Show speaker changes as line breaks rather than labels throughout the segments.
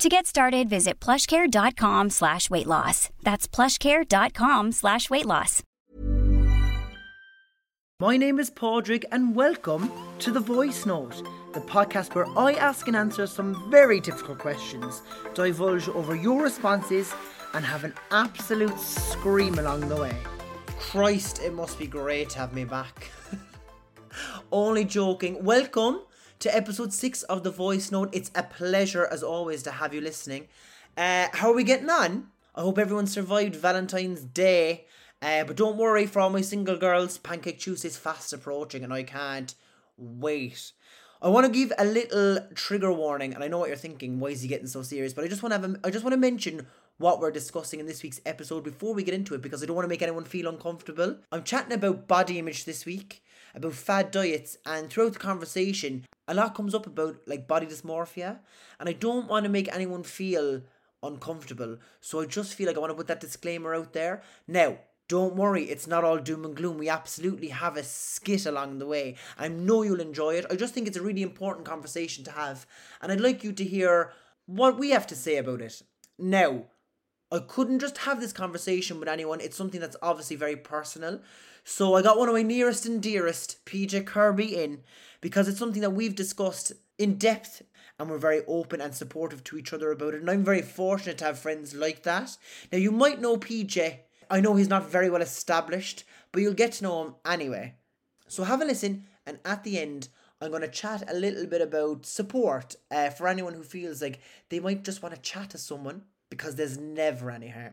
To get started, visit plushcare.com slash weight loss. That's plushcare.com slash weight loss.
My name is Padraig, and welcome to The Voice Note, the podcast where I ask and answer some very difficult questions, divulge over your responses, and have an absolute scream along the way. Christ, it must be great to have me back. Only joking. Welcome to episode six of The Voice Note. It's a pleasure, as always, to have you listening. Uh, how are we getting on? I hope everyone survived Valentine's Day. Uh, but don't worry, for all my single girls, Pancake Tuesday's fast approaching, and I can't wait. I want to give a little trigger warning, and I know what you're thinking. Why is he getting so serious? But I just want to have a, I just want to mention what we're discussing in this week's episode before we get into it because I don't want to make anyone feel uncomfortable. I'm chatting about body image this week, about fad diets, and throughout the conversation, a lot comes up about like body dysmorphia, and I don't want to make anyone feel uncomfortable. So I just feel like I want to put that disclaimer out there. Now, don't worry, it's not all doom and gloom. We absolutely have a skit along the way. I know you'll enjoy it. I just think it's a really important conversation to have, and I'd like you to hear what we have to say about it. Now, I couldn't just have this conversation with anyone. It's something that's obviously very personal. So I got one of my nearest and dearest, PJ Kirby, in because it's something that we've discussed in depth and we're very open and supportive to each other about it. And I'm very fortunate to have friends like that. Now, you might know PJ. I know he's not very well established, but you'll get to know him anyway. So have a listen, and at the end, I'm going to chat a little bit about support uh, for anyone who feels like they might just want to chat to someone because there's never any harm.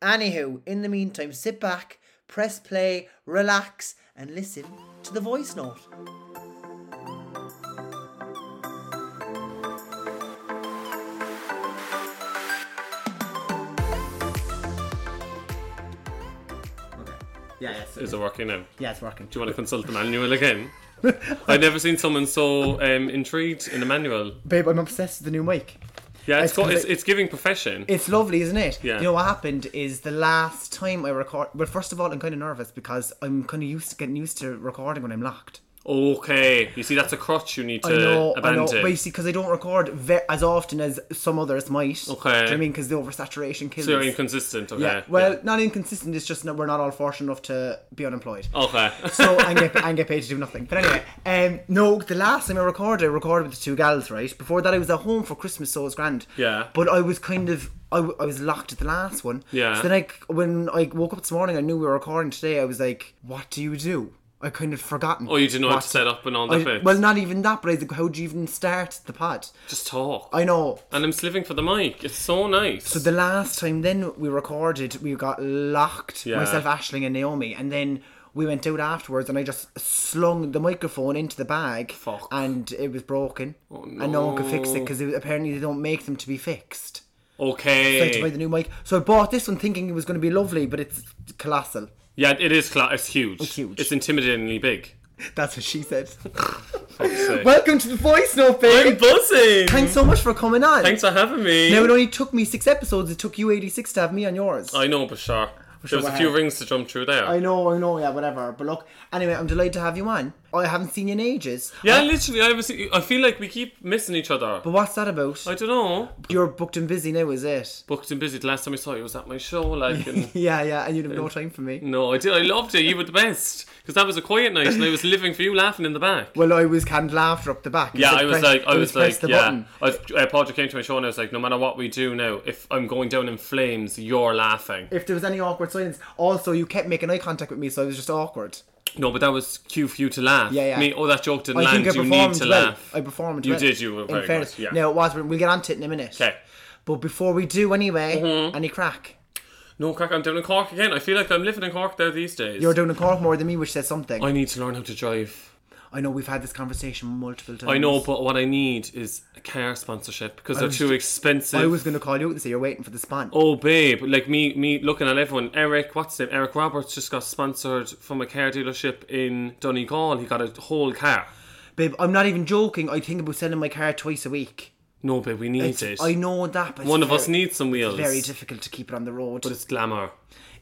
Anywho, in the meantime, sit back, press play, relax, and listen to the voice note. Yeah, yes.
Is it working now?
Yeah, it's working.
Do you want to consult the manual again? I've never seen someone so um, intrigued in the manual.
Babe, I'm obsessed with the new mic.
Yeah, it's
It's
got,
kinda-
it's, it's giving profession.
It's lovely, isn't it?
Yeah.
You know what happened is the last time I record. Well, first of all, I'm kind of nervous because I'm kind of used to getting used to recording when I'm locked.
okay, you see, that's a crutch you need to
I know, I know.
abandon.
Basically, because I don't record ve- as often as some others might.
Okay.
Do you know what I mean? Because the oversaturation kills.
so you're inconsistent. Okay.
yeah. Well, not inconsistent. It's just that we're not all fortunate enough to be unemployed.
yeah. okay.
so and get and get paid to do nothing. But anyway, um, no, the last time I recorded, I recorded with the two gals, right? Before that, I was at home for Christmas, so it was grand.
Yeah.
But I was kind of I, w- I was locked at the last one.
Yeah.
So then I c- when I woke up this morning, I knew we were recording today. I was like, what do you do? I kind of forgotten.
Oh, you didn't know how
what
to set up and all
I-
that bit.
Well, not even that, but I was like, how do you even start the pod?
Just talk.
I know.
and I'm sliving for the mic. It's so nice.
So the last time then we recorded, we got locked.
Yeah.
Myself, Ashling, and Naomi, and then we went out afterwards, and I just slung the microphone into the bag,
Fuck. Oh,
and it was broken, and no one could fix it because apparently they don't make them to be fixed. So I had
okay.
to buy the new mic. So I bought this one thinking it was going to be lovely, but it's colossal.
yeah, it is. Cla- it's huge. It's
huge.
It's intimidatingly big.
That's what she said.
Fuck's sake.
Welcome to the voice note,
I'm
babe.
buzzing.
Thanks so much for coming on.
Thanks for having me.
Now it only took me six episodes. It took you eighty six to have me on yours.
I know, but sure. There was a few rings to jump through there.
I know, I know, yeah, whatever. But look, anyway, I'm delighted to have you on. I haven't seen you in ages.
Yeah, literally. I, was, I feel like we keep missing each other.
But what's that about?
I don't know.
You're booked and busy now, is it?
Booked and busy. The last time I saw you was at my show. Like, and
Yeah, yeah, and you'd
Mm.
have no time for me.
no, I did. I loved it. You were the best because that was a quiet night, and I was living for you, laughing in the back.
Well, I was canned laughter up the back.
Yeah,
It's
I was
press-
like, I
it
was
press
like,
the
yeah.
button.
I was, uh, Podrick came to my show and I was like, no matter what we do now, if I'm going down in flames, you're laughing.
If there was any awkward silence, also you kept making eye contact with me, so it was just awkward.
No, but that was cue for you to laugh.
Yeah, yeah.
Me, oh, that joke didn't
I
land.
think I
you
performed
need to
well.
laugh.
I performed.
You
well,
did. You were very
in fairness.
good. Yeah.
Now it was. We'll get on to it in a minute.
'Kay.
But before we do, anyway,
Mm-hmm.
any crack?
No, crack. I'm down in Cork again. I feel like I'm living in Cork there these days.
You're doing a Cork more than me, which says something.
I
I,
need to learn how to drive.
know we've had this conversation multiple times.
I know, but what I need is a car sponsorship because they're
was
too
ju-
expensive.
I was going to call you out and say you're waiting for the span.
Oh babe, like me, me looking at everyone. Eric, what's his name? Eric Roberts just got sponsored from a car dealership in Donegal. He got a whole car.
Babe, I'm not even joking. I think about selling my car twice a week.
No, babe, we need
It's-
it.
I know that, but
One
it's
of us
very-
needs some wheels.
It's very difficult to keep it on the road.
But it's glamour.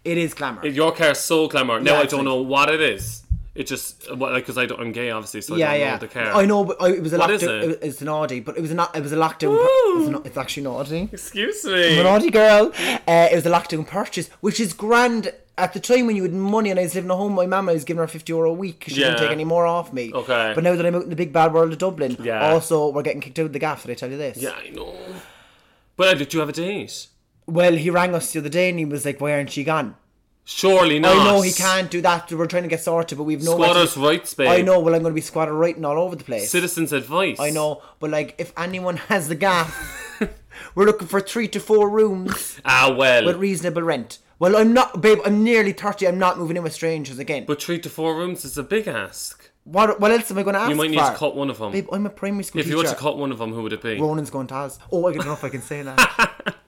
it is glamour.
Your car's so glamour. Now
Yeah,
I
it's
don't
like-
know what it is. It just well, like because I don't, I'm gay, obviously, so I
yeah,
don't
yeah.
know the car.
I know, but I, it was a
What
lockdown.
is it?
It's an Audi, but it was not. It was a lockdown. It's, not, it's actually an Audi.
Excuse
I'm
me.
an Audi girl. Uh, it was a lockdown purchase, which is grand. At the time when you had money and I was living at home, my mum I was giving her fifty euro a week 'cause she didn't
Yeah.
take any more off me.
Okay.
But now that I'm out in the big bad world of Dublin,
Yeah.
also we're getting kicked out of the gaff. Did I tell you this?
Yeah, I know. But uh, did you have a date?
Well, he rang us the other day and he was like, "Why aren't she gone?"
Surely not.
I know he can't do that. We're trying to get sorted, but we've no.
Squatters' rights, babe.
I know. Well, I'm going to be squatter writing all over the place.
Citizens' advice.
I know, but like, if anyone has the gaff, we're looking for three to four rooms
Ah well.
with reasonable rent. Well, I'm not, babe. I'm nearly thirty. I'm not moving in with strangers again.
But three to four rooms is a big ask.
what, what else am I going to ask?
You might need
for?
to cut one of them.
Babe, I'm a primary school
if
teacher.
you were to cut one of them, who would it be?
Ronan's gone to us. Oh, I don't know if I can say that.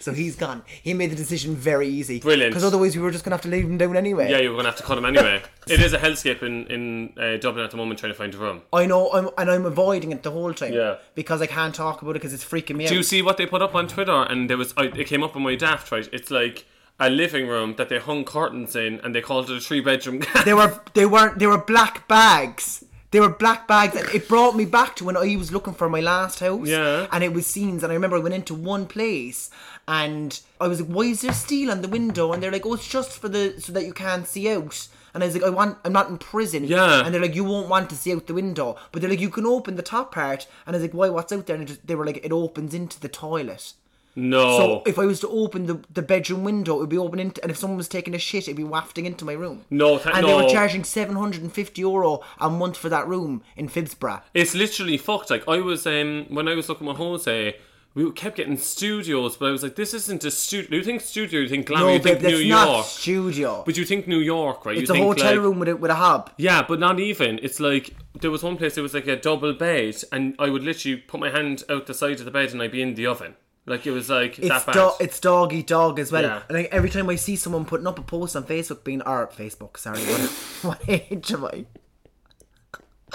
so he's gone. He made the decision very easy.
Brilliant.
Because otherwise, we were just going to have to leave him down anyway.
Yeah, you're gonna have to cut them anyway. it is a hellscape in in uh, Dublin at the moment trying to find a room.
I know, I'm, and I'm avoiding it the whole time.
Yeah.
Because I can't talk about it because it's freaking me out.
Do you see what they put up on Twitter? And there was I, it came up on my daft right. It's like a living room that they hung curtains in, and they called it a three bedroom.
They were they weren't they were black bags. They were black bags, and it brought me back to when I was looking for my last house.
Yeah.
And it was scenes, and I remember I went into one place, and I was like, "Why is there steel on the window?" And they're like, "Oh, it's just for the so that you can't see out." And I was like, "I want, I'm not in prison."
Yeah.
And they're like, "You won't want to see out the window," but they're like, "You can open the top part." And I was like, "Why? What's out there?" And it just, they were like, "It opens into the toilet."
no,
So if I was to open the, the bedroom window, it would be open into, and if someone was taking a shit, it'd be wafting into my room.
No, tha-
and they
no.
were charging seven hundred and fifty euro a month for that room in Fibsbra.
it's literally fucked. Like I was um when I was looking at Jose. We kept getting studios, but I was like, "This isn't a studio." You think studio? You think glamour?
no,
you think
babe, that's
New
not
York?
studio.
But you think New York, right?
it's
you
a
think
hotel
like-
room with a, with a hob.
Yeah, but not even. It's like there was one place. It was like a double bed, and I would literally put my hand out the side of the bed, and I'd be in the oven. Like it was like
It's
that bad.
do- it's dog eat dog as well.
Yeah.
And like, every time I see someone putting up a post on Facebook, being or Facebook, sorry, what, what age am I?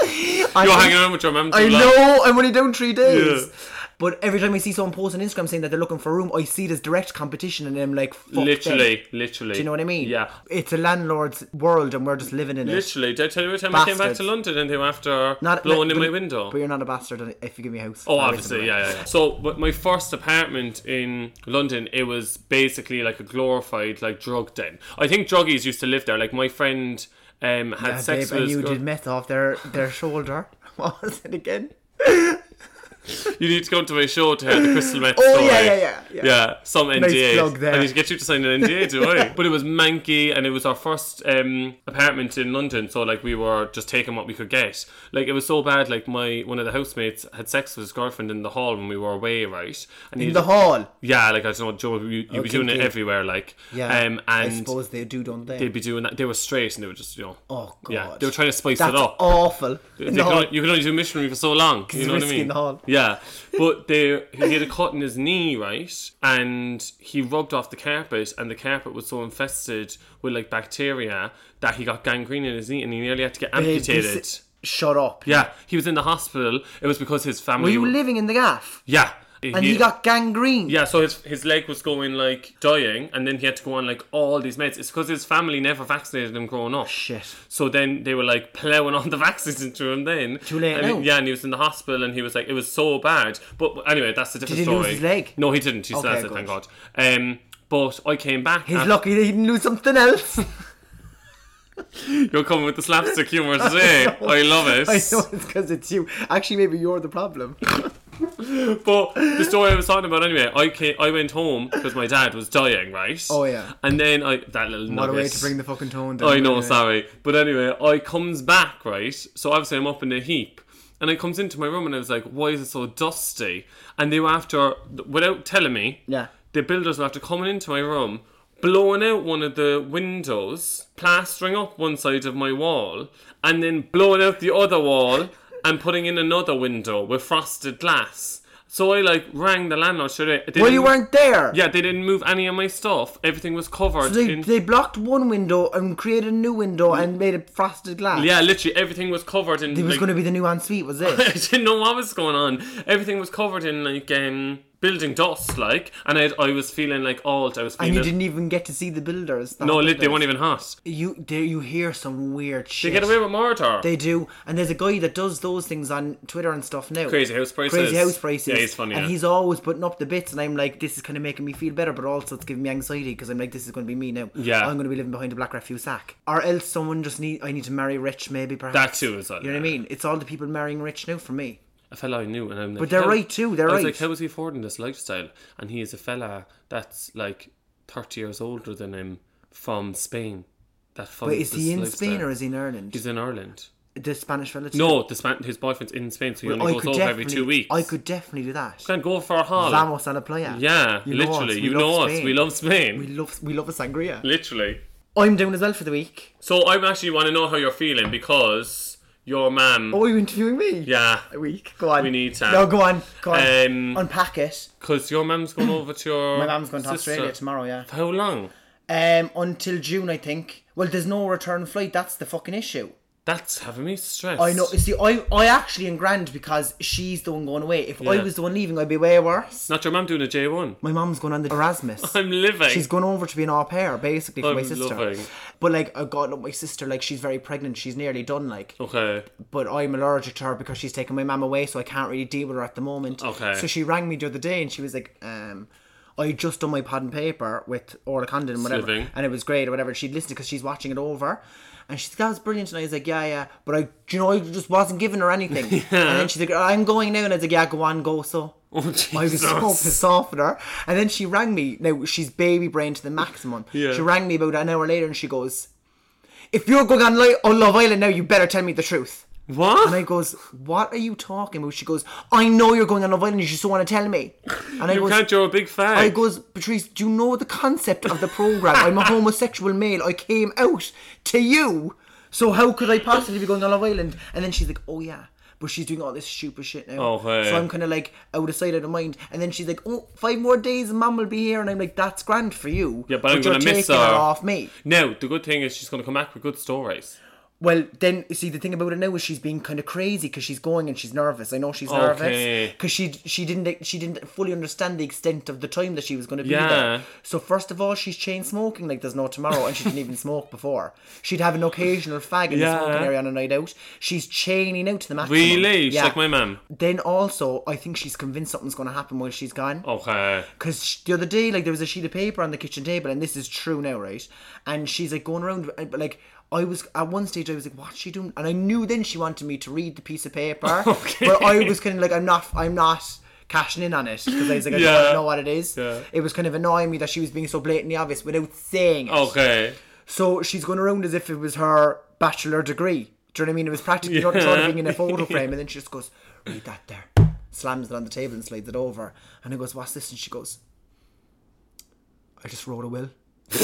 You're
I-
hanging around with your mum. too
I
long.
know I'm only down three days.
Yeah.
But every time I see someone post on Instagram saying that they're looking for a room, I see it as direct competition, and I'm like, Fuck
Literally,
them.
literally.
Do you know what I mean?
Yeah.
It's a landlord's world, and we're just living in it.
Literally, did I tell you what time I came back
Bastards.
to London and they were after blowing in
but-
my window?
But you're not a bastard if you give me a house.
Oh,
Or
obviously,
something.
yeah, yeah, yeah. So, but my first apartment in London, it was basically like a glorified like drug den. I think druggies used to live there. Like my friend um had
Ah,
sex
babe,
with
and
his
you
girl-
did meth off their their shoulder. What was it again?
You need to come to my show to hear the crystal meth
Oh,
story.
yeah, yeah, yeah, yeah.
some NDA.
Nice plug there.
I need to get you to sign an NDA, do I? But it was manky, and it was our first um, apartment in London, so like we were just taking what we could get. Like it was so bad. Like my one of the housemates had sex with his girlfriend in the hall when we were away, right? And he
In the hall.
yeah, like I don't know, Joe, you, you'd be doing it
kinky.
everywhere, like
Yeah.
Um, and
I suppose they do, don't they?
they'd be doing that. They were straight, and they were just you know.
oh god.
Yeah, they were trying to spice
That's
it up.
Awful.
They can only- you can only do missionary for so long. You
it's
know what I
risky
mean?
in the hall.
Yeah, but they he had a cut in his knee, right? And he rubbed off the carpet, and the carpet was so infested with like bacteria that he got gangrene in his knee, and he nearly had to get
Babe, this-
amputated.
Shut up.
Yeah, he was in the hospital. It was because his family.
Were you
were-
living in the gaff?
Yeah,
and he got gangrene.
Yeah, so his his leg was going like dying, and then he had to go on like all these meds. It's because his family never vaccinated him growing up.
Shit.
So then they were like plowing all the vaccines into him. Then
Too late
And he-
now.
yeah, and he was in the hospital, and he was like, it was so bad. But anyway, that's a different
he
story.
lose his leg?
No, he didn't. He still
Okay,
has it,
good.
thank God. Um, but I came back.
He's
af-
lucky that he didn't do something else.
You're coming with the slapstick humor today. I, love it.
I know it's because it's you. Actually, maybe you're the problem.
But the story I was talking about anyway, I came, I went home because my dad was dying, right?
Oh, yeah.
And then I that little
What a way
nugget.
to bring the fucking tone down.
I know,
anyway.
sorry. But anyway, I comes back, right? So obviously I'm up in a heap. And I comes into my room and I was like, why is it so dusty? And they were after, without telling me,
Yeah.
the builders were after coming into my room, blowing out one of the windows, plastering up one side of my wall, and then blowing out the other wall and putting in another window with frosted glass. So I like rang the landlord straight away.
Well, you weren't there.
Yeah, they didn't move any of my stuff. Everything was covered.
So they,
in...
they blocked one window and created a new window and made it frosted glass.
Yeah, literally everything was covered in.
It Ah. was
like,
going to be the new ensuite, was it?
I didn't know what was going on. Everything was covered in like um, building dust, like, and I, I was feeling like old. I was feeling
and you didn't even get to see the builders. the
no,
hot
lit, they
builders.
weren't even hot.
You there? You hear some weird
They
shit.
get away with murder.
They do, and there's a guy that does those things on Twitter and stuff now.
Crazy house prices.
Crazy house prices.
Yeah, he's funny,
And
yeah.
he's always putting up the bits, and I'm like, this is kind of making me feel better, but also it's giving me anxiety because I'm like, this is going to be me now.
Yeah.
I'm going to be living behind a black refuse sack, or else someone just need. I need to marry rich, maybe perhaps.
That too is on
You know what I
there.
mean? It's all the people marrying rich now for me.
a fella I knew, and I'm like,
But they're
how-
right too, they're
I was
right.
like, how is he affording this lifestyle? And he is a fella that's like thirty years older than him from Spain. That funds
Wait, is he
this
in
lifestyle.
Spain or is he in Ireland?
He's in Ireland.
the Spanish fella. too?
No, the Span- his boyfriend's in Spain, so he
Well,
only
I
goes
could
over every
definitely-
two weeks.
I could definitely do that.
Can go for a haul.
Vamos a la playa.
Yeah,
You know us,
literally.
we
you
love
know us.
Spain.
We love Spain.
We love we love a sangria.
literally.
I'm down as well for the week.
So I actually want to know how you're feeling because your mum.
Oh, are you interviewing me?
Yeah.
A week. Go on.
We need to-
No, go on. Go on.
Um,
Unpack it.
Because your mum's going over to your.
My mum's going to
sister.
Australia tomorrow. Yeah.
For how long?
Um, until June, I think. Well, there's no return flight. That's the fucking issue.
That's having me stressed.
I know. See, I I actually am grand because she's the one going away. If I
Yeah.
was the one leaving, I'd be way worse.
Not your mum doing a J1.
My mum's going on the Erasmus.
I'm living.
She's gone over to be an au pair, basically, for
I'm
my sister.
loving.
But like, I got my sister. Like, she's very pregnant. She's nearly done. Like,
Okay.
but I'm allergic to her because she's taking my mum away, so I can't really deal with her at the moment.
Okay.
So she rang me the other day and she was like, um, I just done my pad and paper with Orla Condon and whatever,
Sliving.
and it was great or whatever. And she'd listened because she's watching it over. And she's like, that was brilliant. And I was like, yeah, yeah. But I, do you know, I just wasn't giving her anything. And then she's like, I'm going now. And I was like, yeah, go on, go. So
Oh,
I was
Jesus.
so pissed off at her. And then she rang me. Now, she's baby brain to the maximum.
Yeah.
She rang me about an hour later and she goes, if you're going on Li- on Love Island now, you better tell me the truth.
What?
And I goes, "What are you talking about?" She goes, "I know you're going on Love Island. You just don't want to tell me." And I
you can't, you're a big fan.
I goes, Patrice, do you know the concept of the program? I'm a homosexual male. I came out to you. So how could I possibly be going on Love Island? And then she's like, oh yeah. But she's doing all this stupid shit now.
Oh, hey.
So I'm kind of like out of sight, out of mind. And then she's like, oh, five more days and mum will be here. And I'm like, that's grand for you.
Yeah, but I'm
you're
gonna miss
taking
her."
off me.
Now, the good thing is she's going to come back with good stories.
Well, then you see the thing about it now is she's being kind of crazy because she's going and she's nervous. I know she's nervous
Okay.
because she she didn't e, she didn't fully understand the extent of the time that she was going to be
Yeah.
there. So first of all, she's chain smoking like there's no tomorrow, and she didn't even smoke before. She'd have an occasional fag in
Yeah.
the smoking area on a night out. She's chaining out to the maximum.
Really? She's
Yeah.
like my mum.
Then also, I think she's convinced something's going to happen while she's gone.
Okay.
Because the other day, like, there was a sheet of paper on the kitchen table, and this is true now, right? And she's like going around, and- but like, I was at one stage, I was like, "What's she doing?" And I knew then she wanted me to read the piece of paper,
Okay.
but I was kind of like, "I'm not, I'm not cashing in on it," because I was like, "I
Yeah.
don't wanna know what it is."
Yeah.
It was kind of annoying me that she was being so blatantly obvious without saying it.
Oh, Okay.
So she's going around as if it was her bachelor degree. Do you know what I mean? It was practically not sort of being in a photo frame, and then she just goes, "Read that there," slams it on the table and slides it over, and I goes, "What's this?" And she goes, "I just wrote a will."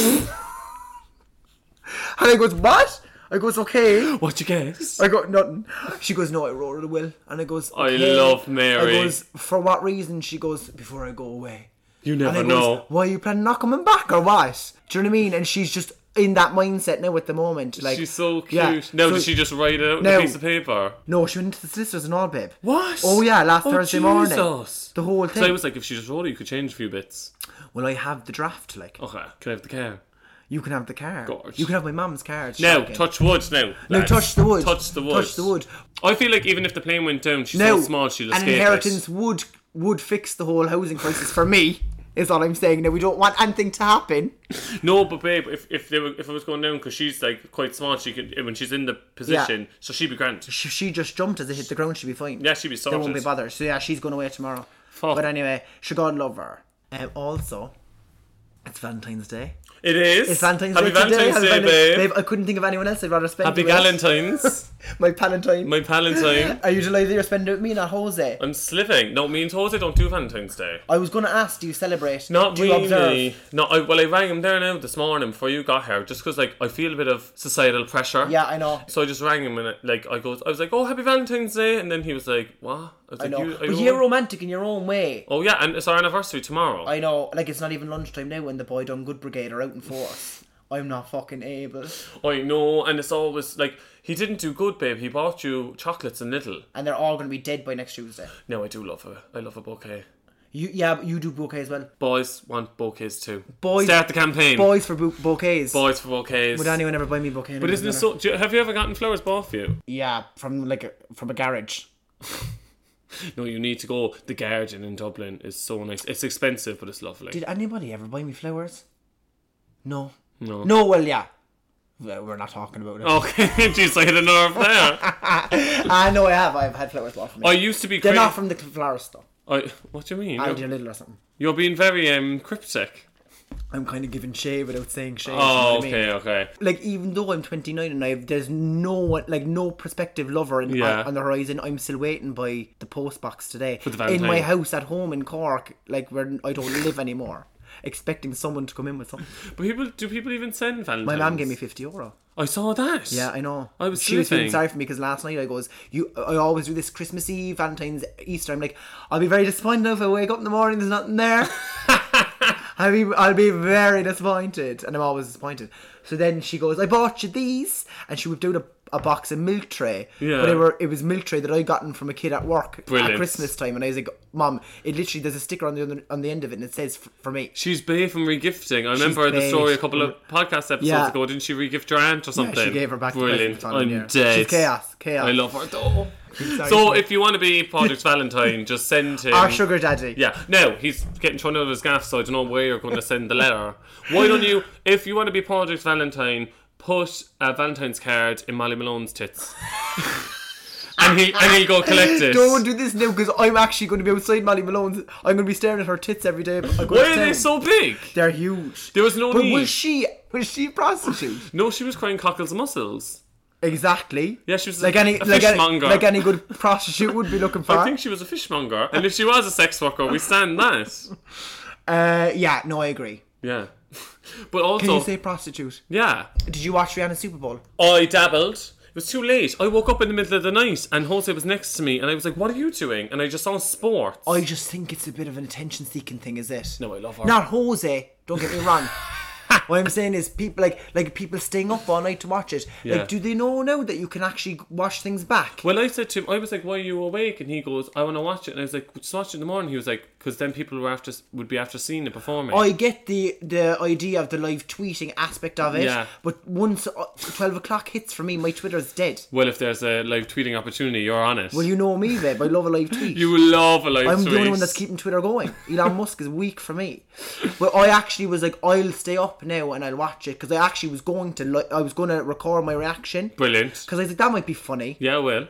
and I goes, "What?" I goes, "Okay."
What you guess?
I got nothing. She goes, no, I wrote it a will. And I goes,
I
"Okay."
love Mary.
I goes, for what reason? She goes, before I go away.
You
And
never
I
know.
Goes, Why are you planning not coming back or what? Do you know what I mean? And she's just in that mindset now at the moment. Like
She's so cute.
yeah.
Now,
So-
does she just write it out on
No.
a piece of paper?
No, she went to the solicitors and all, babe.
What?
Oh yeah, last
Oh,
Thursday morning.
Jesus.
The whole
So I
thing.
was like, if she just wrote it, you could change a few bits.
well, I have the draft. Like,
Okay, can I have the car?
you can have the card.
Gorge.
You can have my mum's card.
Now,
shocking.
touch wood now.
No,
lads.
touch the wood.
Touch the wood.
Touch the wood.
I feel like even if the plane went down, she's
No,
so small she'll
an
escape.
inheritance
It.
would would fix the whole housing crisis for me. Is all I'm saying. Now we don't want anything to happen.
No, but babe, if if, they were, if it was going down, because she's like quite small, she could when she's in the position, so she'd be grand.
If she just jumped as it hit the ground, she'd be fine.
Yeah, she'd be
They
sorted.
won't be bothered. So yeah, she's going away tomorrow.
Fuck.
But anyway, she God love her. Um, also, it's Valentine's Day.
It is.
It's Valentine's
Happy
Day. today.
Valentine's Day,
Happy
babe.
Valentine's- I couldn't think of anyone else I'd rather spend
Happy
it with.
Valentine's.
My Palantine.
My Valentine.
Are you delighted that you're spending it with me, not Jose?
I'm sliving. No, me and Jose don't do Valentine's Day.
I was going to ask, do you celebrate?
Not
do you
really.
observe?
No, I, well, I rang him there now this morning before you got here, just because like I feel a bit of societal pressure.
Yeah, I know.
So I just rang him and like I goes, I was like, "Oh, happy Valentine's Day," and then he was like, "What?" I was
I
like,
know.
"You- are
but
you
you're
on-"
romantic in your own way.
Oh yeah, and it's our anniversary tomorrow.
I know. Like, it's not even lunchtime now when the Boy Done Good Brigade are out in force. I'm not fucking able.
I know, and it's always like he didn't do good, babe. He bought you chocolates and little.
And they're all going to be dead by next Tuesday.
No, I do love her. I love a bouquet.
You, yeah, but you do bouquets as well.
Boys want bouquets too.
Boys-
start the campaign.
Boys for bou- bouquets.
boys for bouquets.
Would anyone ever buy me bouquets?
But isn't it so? Do you, have you ever gotten flowers bought for you?
Yeah, from like a, from a garage.
No, you need to go. The Guardian in Dublin is so nice. It's expensive, but it's lovely.
Did anybody ever buy me flowers?
No.
No.
Oh.
No, well, yeah. Well, We're not talking about it.
Okay, jeez, I hit a nerve there.
I know I have. I've had flowers bought for me.
I used to be.
They're
cra-
not from the florist though.
I, what do Oh, you mean?
Aldi
You're,
or Lidl or something.
you're being very um cryptic.
I'm kind of giving shade without saying shade.
Oh,
you know what I mean?
okay, okay.
Like even though I'm 29 and I have, there's no one, like no prospective lover in,
Yeah.
on, on the horizon, I'm still waiting by the postbox today
the
in
Valentine.
my house at home in Cork, like where I don't live anymore, expecting someone to come in with something.
But people, do people even send Valentine's?
My mum gave me 50 euro.
I saw that.
Yeah, I know.
I was
She was feeling
sleeping.
sorry for me because last night I goes, you. I always do this Christmas Eve, Valentine's, Easter. I'm like, I'll be very disappointed if I wake up in the morning. There's nothing there. I'll be, I'll be very disappointed, and I'm always disappointed. So then she goes, I bought you these, and she whipped out a, a box of milk tray.
Yeah.
but it were it was milk tray that I gotten from a kid at work
Brilliant.
at Christmas time, and I was like, Mom, it literally there's a sticker on the other, on the end of it, and it says f- for me.
She's bae from regifting. I remember the
bae
story a couple of
from-
podcast episodes
Yeah.
ago. Didn't she regift your aunt or
Yeah,
something?
she gave her back. the
Brilliant.
presents on
I'm
the air.
dead.
She's chaos, chaos.
I love her though.
sorry
so
for
if you want to be Project Valentine, just send him.
Our sugar daddy.
Yeah, no, he's getting thrown out of his gaff, so I don't know where you're going to send the letter. Why don't you, if you want to be Project Valentine, put a Valentine's card in Molly Malone's tits, and he and he'll go collect it.
Don't do this now because I'm actually going to be outside Molly Malone's. I'm going to be staring at her tits every day. I go
Why are they
down.
so big?
They're huge.
There was no
but
need.
was she was she a prostitute?
No, she was crying cockles and mussels.
exactly.
Yeah, she was
like
a-
any
a
like any
fishmonger.
like any good prostitute would be looking for.
I think she was a fishmonger, and if she was a sex worker, we stand that.
uh, yeah, no, I agree.
Yeah, but
Can
also,
you say prostitute?
yeah,
Did you watch Rihanna's Super Bowl?
I dabbled. It was too late. I woke up in the middle of the night, and Jose was next to me, and I was like, "What are you doing?" And I just saw sports.
I just think it's a bit of an attention seeking thing, is it?
No, I love her.
Not Jose. Don't get me wrong. what I'm saying is people like like people staying up all night to watch it.
Yeah.
Like, do they know now that you can actually watch things back?
Well, I said to him, I was like, "Why are you awake?" And he goes, "I want to watch it." And I was like, "Just watch it in the morning." He was like, "Because then people were after would be after seeing the performance."
I get the the idea of the live tweeting aspect of it,
Yeah.
but once uh, twelve o'clock hits for me, my Twitter's dead.
well, if there's a live tweeting opportunity, you're on it.
Well, you know me, babe. I love a live tweet.
You will love a live
I'm the only
tweet.
one that's keeping Twitter going. Elon Musk is weak for me. But I actually was like, I'll stay up now and I'll watch it because I actually was going to li- I was going to record my reaction
brilliant.
because I was like, that might be funny.
Yeah, well,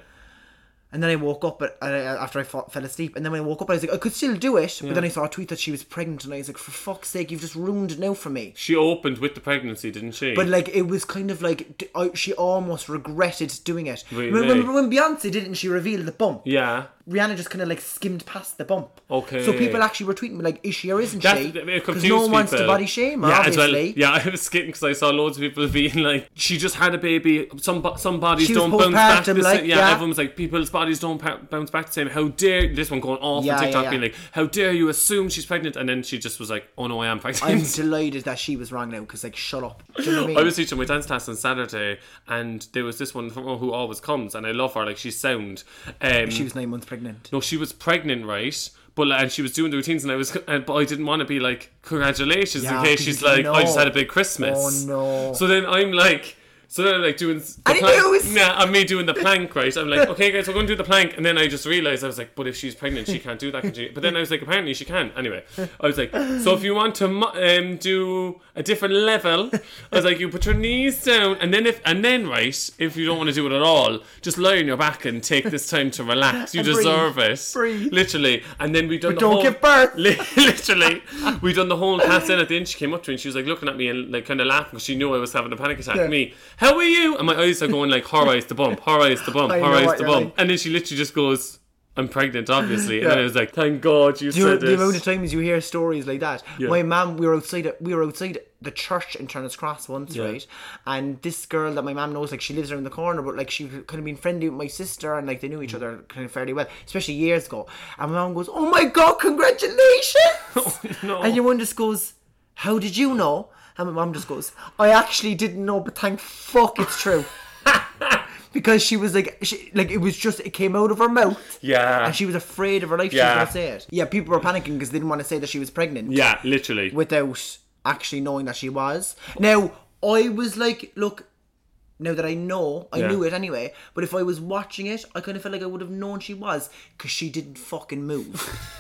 And then I woke up at, and I, after I fa- fell asleep. And then when I woke up, I was like, I could still do it. But then I saw a tweet that she was pregnant, and I was like, for fuck's sake, you've just ruined it now for me.
she opened with the pregnancy, didn't she?
But like it was kind of like d I she almost regretted doing it.
Really?
Remember, remember when Beyonce did it and she revealed the bump?
yeah.
Rihanna just kind of like skimmed past the bump.
Okay.
So people actually were tweeting me like, "Is she or isn't
That's-
she?"
it
Because
confused
no one wants to
people.
body shame. her,
yeah,
obviously.
As well, yeah, I was skipping because I saw loads of people being like, "She just had a baby. Some bo- some bodies
She was
don't bounce back."
postpartum,
the
like,
same. yeah,
yeah.
everyone was like, "People's bodies don't pa- bounce back the same." How dare this one going off
Yeah,
on
yeah,
TikTok
yeah.
being like, "How dare you assume she's pregnant?" And then she just was like, "Oh no, I am
I'm
pregnant."
delighted that she was wrong now because like, shut up. Do you know what I mean?
I was teaching my dance class on Saturday, and there was this one from- who always comes, and I love her. Like she's sound. Um,
she was nine months pregnant.
no, she was pregnant, right? But like, and she was doing the routines, and I was, and, but I didn't want to be like, congratulations,
Yeah,
in case
'cause you
she's like,
didn't
I just
know.
had a big Christmas.
Oh, no.
So then I'm like, so then I'm like doing. The
And it goes.
Nah, I'm me doing the plank, right? I'm like, okay, guys, we're going to do the plank, and then I just realized I was like, but if she's pregnant, she can't do that, can she? But then I was like, apparently she can. Anyway, I was like, so if you want to mo- um, do a different level, I was like, you put your knees down, and then if and then right, if you don't want to do it at all, just lie on your back and take this time to relax. You
And breathe.
deserve it,
Breathe.
literally. And then we done. the
don't
whole-
give birth.
Li- literally, we done the whole class in at the end. She came up to me and she was like looking at me and like kind of laughing because she knew I was having a panic attack.
Yeah.
Me, how are you? And my eyes are going like, her eyes the bump, her eyes the bump,
I
her
know
eyes
what
the
you're
bump.
like.
And then she literally just goes, I'm pregnant, obviously. And I was like, thank God you
Do you know
said
the amount of
this.
times you hear stories like that? My mum, we were outside, a- we were outside the church in Turner's Cross once, right? And this girl that my mum knows, like she lives around the corner, but like she kind of been friendly with my sister, and like they
Mm.
knew each other kind of fairly well, especially years ago. And my mum goes, "Oh my god, congratulations!"
Oh, no.
And your one just goes, "How did you know?" And my mum just goes, "I actually didn't know, but thank fuck it's true." Because she was like, she, like it was just it came out of her mouth.
Yeah.
and she was afraid of her life. She was
Yeah.
gonna say it. Yeah, people were panicking because they didn't want to say that she was pregnant.
Yeah, literally.
Without actually knowing that she was. Now, I was like, look, now that I know, I
Yeah.
knew it anyway, but if I was watching it, I kind of felt like I would have known she was because she didn't fucking move.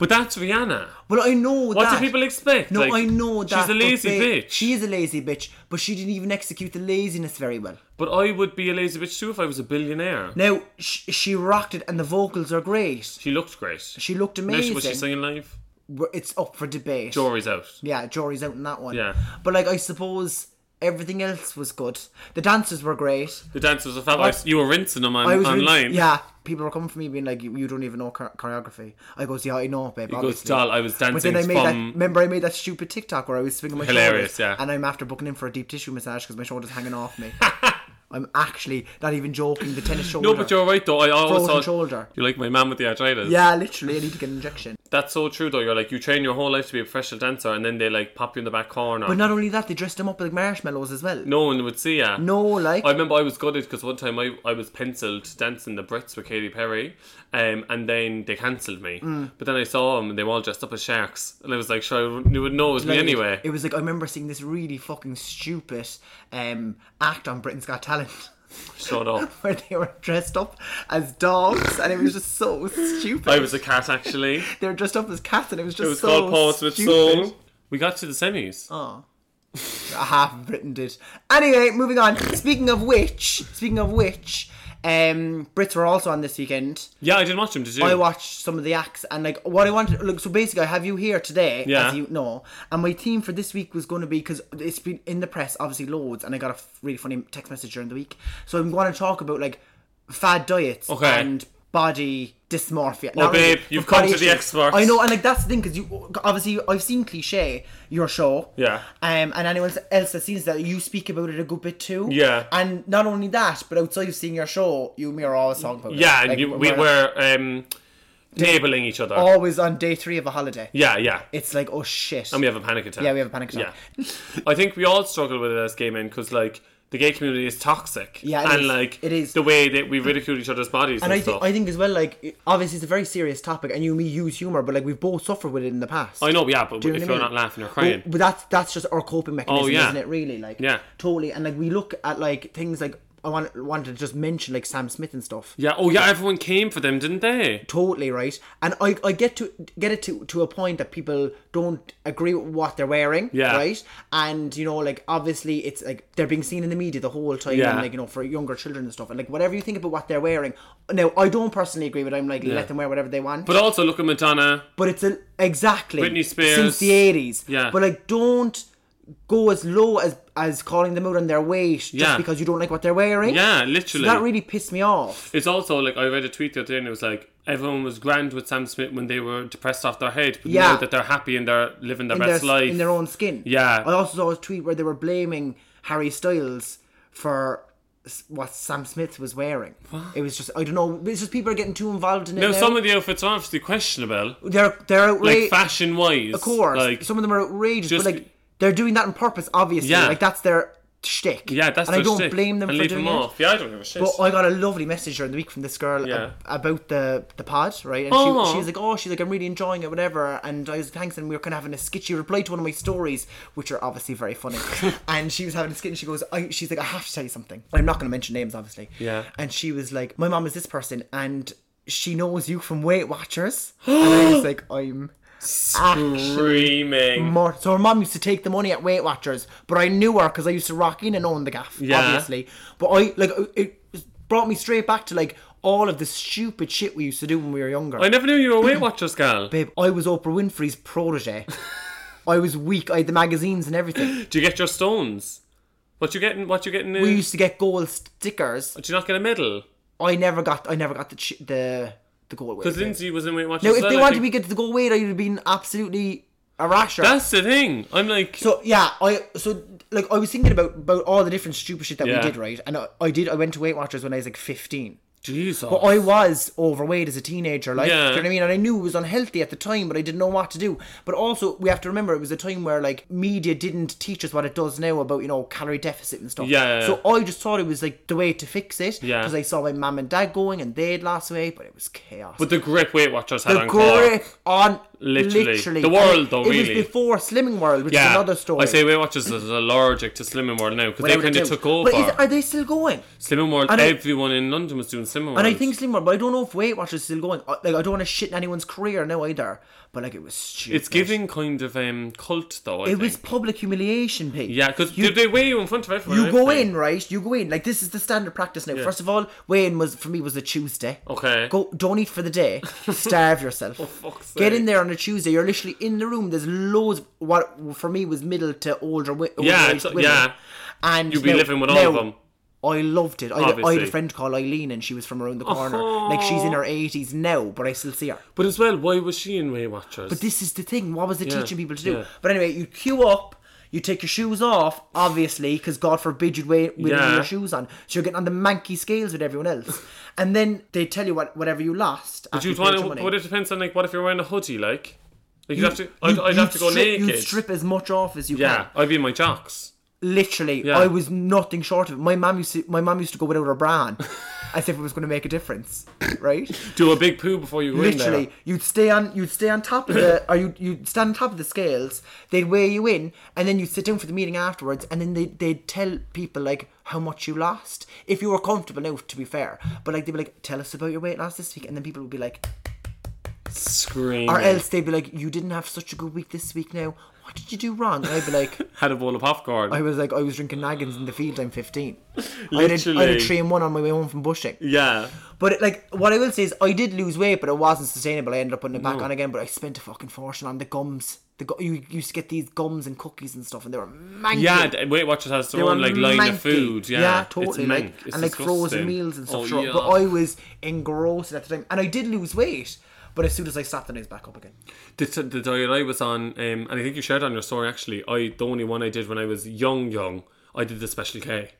But that's Rihanna.
well, I know Oh, that.
What do people expect?
No,
Like,
I know that.
She's a
but
lazy
they-
bitch.
She is a lazy bitch, but she didn't even execute the laziness very well.
But I would be a lazy bitch too if I was a billionaire.
Now, sh- she rocked it and the vocals are great.
She looked great.
She looked
Now,
amazing.
she- was she singing live?
We're- It's up for debate.
Jory's out.
Yeah, jury's out on that one.
Yeah.
But like I suppose everything else was good. The dancers were great.
The dancers are fabulous. You were rinsing them on,
I was really-
online.
yeah, people were coming for me being like, "You, you don't even know chor- choreography." I goes, "Yeah, I know, babe."
goes,
obviously."
"Doll, I was
But then I
dancing
made that.
from-
Remember, I made that stupid TikTok where I was swinging my
Hilarious,
shoulders,
yeah.
And I'm after booking in for a deep tissue massage because my shoulder's hanging off me. I'm actually not even joking. The tennis shoulder.
No, but you're right though. I always
Frozen
thought
shoulder.
you're like my man with the arthritis.
Yeah, literally, I need to get an injection.
that's so true though. You're like you train your whole life to be a professional dancer, and then they like pop you in the back corner.
But not only that, they dressed him up like marshmallows as well.
no one would see ya.
No, like
I remember I was gutted because one time I, I was penciled dancing the Brits with Katy Perry, um, and then they cancelled me.
Mm.
But then I saw them and they were all dressed up as sharks, and I was like, sure, you would know it was me
Like,
anyway.
It was like I remember seeing this really fucking stupid um, act on Britain's Got Talent
Shut up.
where they were dressed up as dogs, and it was just so stupid.
I was a cat actually.
They were dressed up as cats, and it was just
It was
so
called Pause with
stupid. Oh. Uh,
Soul. We got to the semis.
half of Britain did. Anyway, moving on. Speaking of which, speaking of which, um, Brits were also on this weekend.
Yeah, I didn't watch them. Did you?
I watched some of the acts and like what I wanted. Look, so basically, I have you here today,
Yeah.
as you know, and my theme for this week was going to be because it's been in the press, obviously, loads, and I got a f- really funny text message during the week. So I'm going to talk about like fad diets
Okay.
and body dysmorphia.
Oh, babe,
but
you've come
body
to the
issues.
experts.
I know, and like that's the thing because you obviously I've seen cliche your show,
Yeah.
um, and anyone else that sees that you speak about it a good bit too,
Yeah.
and not only that, but outside of seeing your show, you and me are always talking about it.
Yeah, and
Like,
you, we
not-
were um, neighbouring each other.
always on day three of a holiday.
yeah, yeah.
It's like, oh shit.
And we have a panic attack.
Yeah, we have a panic attack.
Yeah. I think we all struggle with it as gay men because, like, the gay community is toxic.
Yeah, it
and
is.
like
It is.
the way that we ridicule each other's bodies and,
and I
stuff.
think I think as well, like it- obviously it's a very serious topic, and you and me use humor, but like we've both suffered with it in the past.
I know, yeah, but
Do you know
if
what I
you're not
mean?
laughing, you're crying. Oh,
Well, but that's that's just our coping mechanism,
yeah.
isn't it? Really, like
Yeah.
totally. And like we look at like things like I want wanted to just mention like Sam Smith and stuff.
yeah. Oh, yeah. Everyone came for them, didn't they?
Totally right, and I, I get to get it to, to a point that people don't agree with what they're wearing,
Yeah.
right? And you know, like obviously it's like they're being seen in the media the whole time,
Yeah.
and like you know for younger children and stuff, and like whatever you think about what they're wearing. Now I don't personally agree with. it. I'm like let them wear whatever they want,
But also, look at Madonna.
but it's a, exactly
Britney Spears.
since the eighties.
Yeah.
but like don't go as low as as calling them out on their weight just
Yeah.
because you don't like what they're wearing.
Yeah,
So
literally.
that really pissed me off.
It's also like I read a tweet the other day and it was like everyone was grand with Sam Smith when they were depressed off their head, but
Yeah.
now that they're happy and they're living their
in
best
their,
life
in their own skin.
Yeah.
I also saw a tweet where they were blaming Harry Styles for s- what Sam Smith was wearing. It was just I don't know. It's just people are getting too involved in it.
Now,
now.
some of the outfits are obviously questionable,
they're they're outra-
like fashion wise.
Of course,
Like,
some of them are outrageous,
just-
but like they're doing that on purpose. Obviously,
Yeah.
like that's their shtick.
yeah, that's
and I
their
don't
shtick.
blame them
and
for
leave
doing
them
it.
off. Yeah, I don't give a shit.
But I got a lovely message during the week from this girl
Yeah.
ab- about the the pod, right? And
Aw.
she, she was like, "Oh, she's like, I'm really enjoying it, whatever." And I was thanks, and we were kind of having a skit. She replied to one of my stories, which are obviously very funny. and she was having a skit, and she goes, I, "She's like, I have to tell you something. I'm not going to mention names, obviously."
Yeah.
And she was like, "My mom is this person, and she knows you from Weight Watchers." and I was like, "I'm." Actually,
Screaming.
more. So her mom used to take the money at Weight Watchers, but I knew her because I used to rock in and own the gaff,
Yeah.
obviously. But I like it brought me straight back to like all of the stupid shit we used to do when we were younger.
I never knew you were a Weight Watchers gal.
Babe, I was Oprah Winfrey's protege. I was weak. I had the magazines and everything.
Do you get your stones? What you getting? What you getting? In,
We used to get gold stickers.
Did you not get a medal?
I never got. I never got the ch- the the gold weight.
Because
babe.
Lindsay was in Weight Watchers.
Now, if
as well,
they
I
wanted
think.
me to get to the gold weight, I'd have been absolutely a rasher.
that's the thing. I'm like,
So yeah, I so like I was thinking about about all the different stupid shit that
Yeah.
we did, right? And I, I did. I went to Weight Watchers when I was like fifteen.
Jesus.
But I was overweight as a teenager, like
Yeah.
do you know what I mean? And I knew it was unhealthy at the time, but I didn't know what to do. But also we have to remember it was a time where like media didn't teach us what it does now about, you know, calorie deficit and stuff.
Yeah.
So I just thought it was like the way to fix it.
Yeah.
Because I saw my mum and dad going and they'd lost weight, but it was chaos.
But the grip Weight Watchers had
the
on
grip on
Literally.
literally.
The world, though,
it
really.
was before Slimming World, which is another story.
I say Weight Watchers is allergic to Slimming World now because they
Whatever
kind
it
of
is.
took
But is,
over.
are they still going?
Slimming World,
and I-
everyone in London was doing Slimming World.
And I think Slim World, but I don't know if Weight Watchers is still going. I- Like I don't want to shit in anyone's career now either. But like it was stupid.
it's giving kind of um, cult though. I
It
think.
was public humiliation, Pete.
yeah, because
you,
they weigh you in front of everyone.
you go
everything.
in right. You go in like this is the standard practice now. First of all, weighing was for me was a Tuesday.
Okay.
Go don't eat for the day. Starve yourself. oh
fuck's
Get
sake.
in there on a Tuesday. You're literally in the room. There's loads. Of, what for me was middle to older. wi- older
Yeah,
age
it's-
women.
yeah.
And
You'd be
now-
living with all of
now,
them.
I loved it. I, I had
Obviously. Oh.
a friend called Eileen, and she was from around the corner. Like she's in her eighties now, but I still see her.
But as well, why was she in Weight Watchers?
But this is the thing. What was it
Yeah,
teaching people to do?
yeah.
But anyway, you queue up. You take your shoes off, obviously, because God forbid you'd wear with
Yeah.
your shoes on. So you're getting on the manky scales with everyone else, and then they tell you what whatever you lost.
But
after
you'd
you
want
paid your
to,
money.
but it depends on like what if you're wearing a hoodie, like, like you'd have to. I'd,
You-
I'd
you'd
have to go
strip,
naked.
You strip as much off as you
yeah,
can.
I'd be in my jocks.
Literally,
Yeah.
I was nothing short of it. My mum used to, my mum used to go without her bra on, as if it was going to make a difference, right?
Do a big poo before you go in
Literally,
there.
you'd stay on you'd stay on top of the or you'd you'd stand on top of the scales, they'd weigh you in, and then you'd sit down for the meeting afterwards and then they they'd tell people like how much you lost. If you were comfortable now, to be fair. But like they'd be like, Tell us about your weight loss this week and then people would be like
Screaming.
or else they'd be like, You didn't have such a good week this week now. What did you do wrong? And I'd be like
had a bowl of popcorn.
I was like I was drinking naggins in the field, I'm fifteen. I had a, I had
Literally.
a three and one on my way home from bushing.
yeah.
But it, like, what I will say is, I did lose weight, but it wasn't sustainable. I ended up putting it back on again, but I spent a fucking fortune on the gums. The gu- you used to get these gums and cookies and stuff, and they were manky.
Yeah, d- Weight Watchers has
They
their own
were
like line
manky.
of food. Yeah,
totally.
It's
like,
mank. It's
and like frozen
disgusting.
meals and stuff.
Oh,
sure.
yeah.
But I was engrossed at the time, and I did lose weight. But as soon as I stopped, then I was back up again.
The, t- the diet I was on, um, and I think you shared on your story actually. I the only one I did when I was young, young. I did the Special K.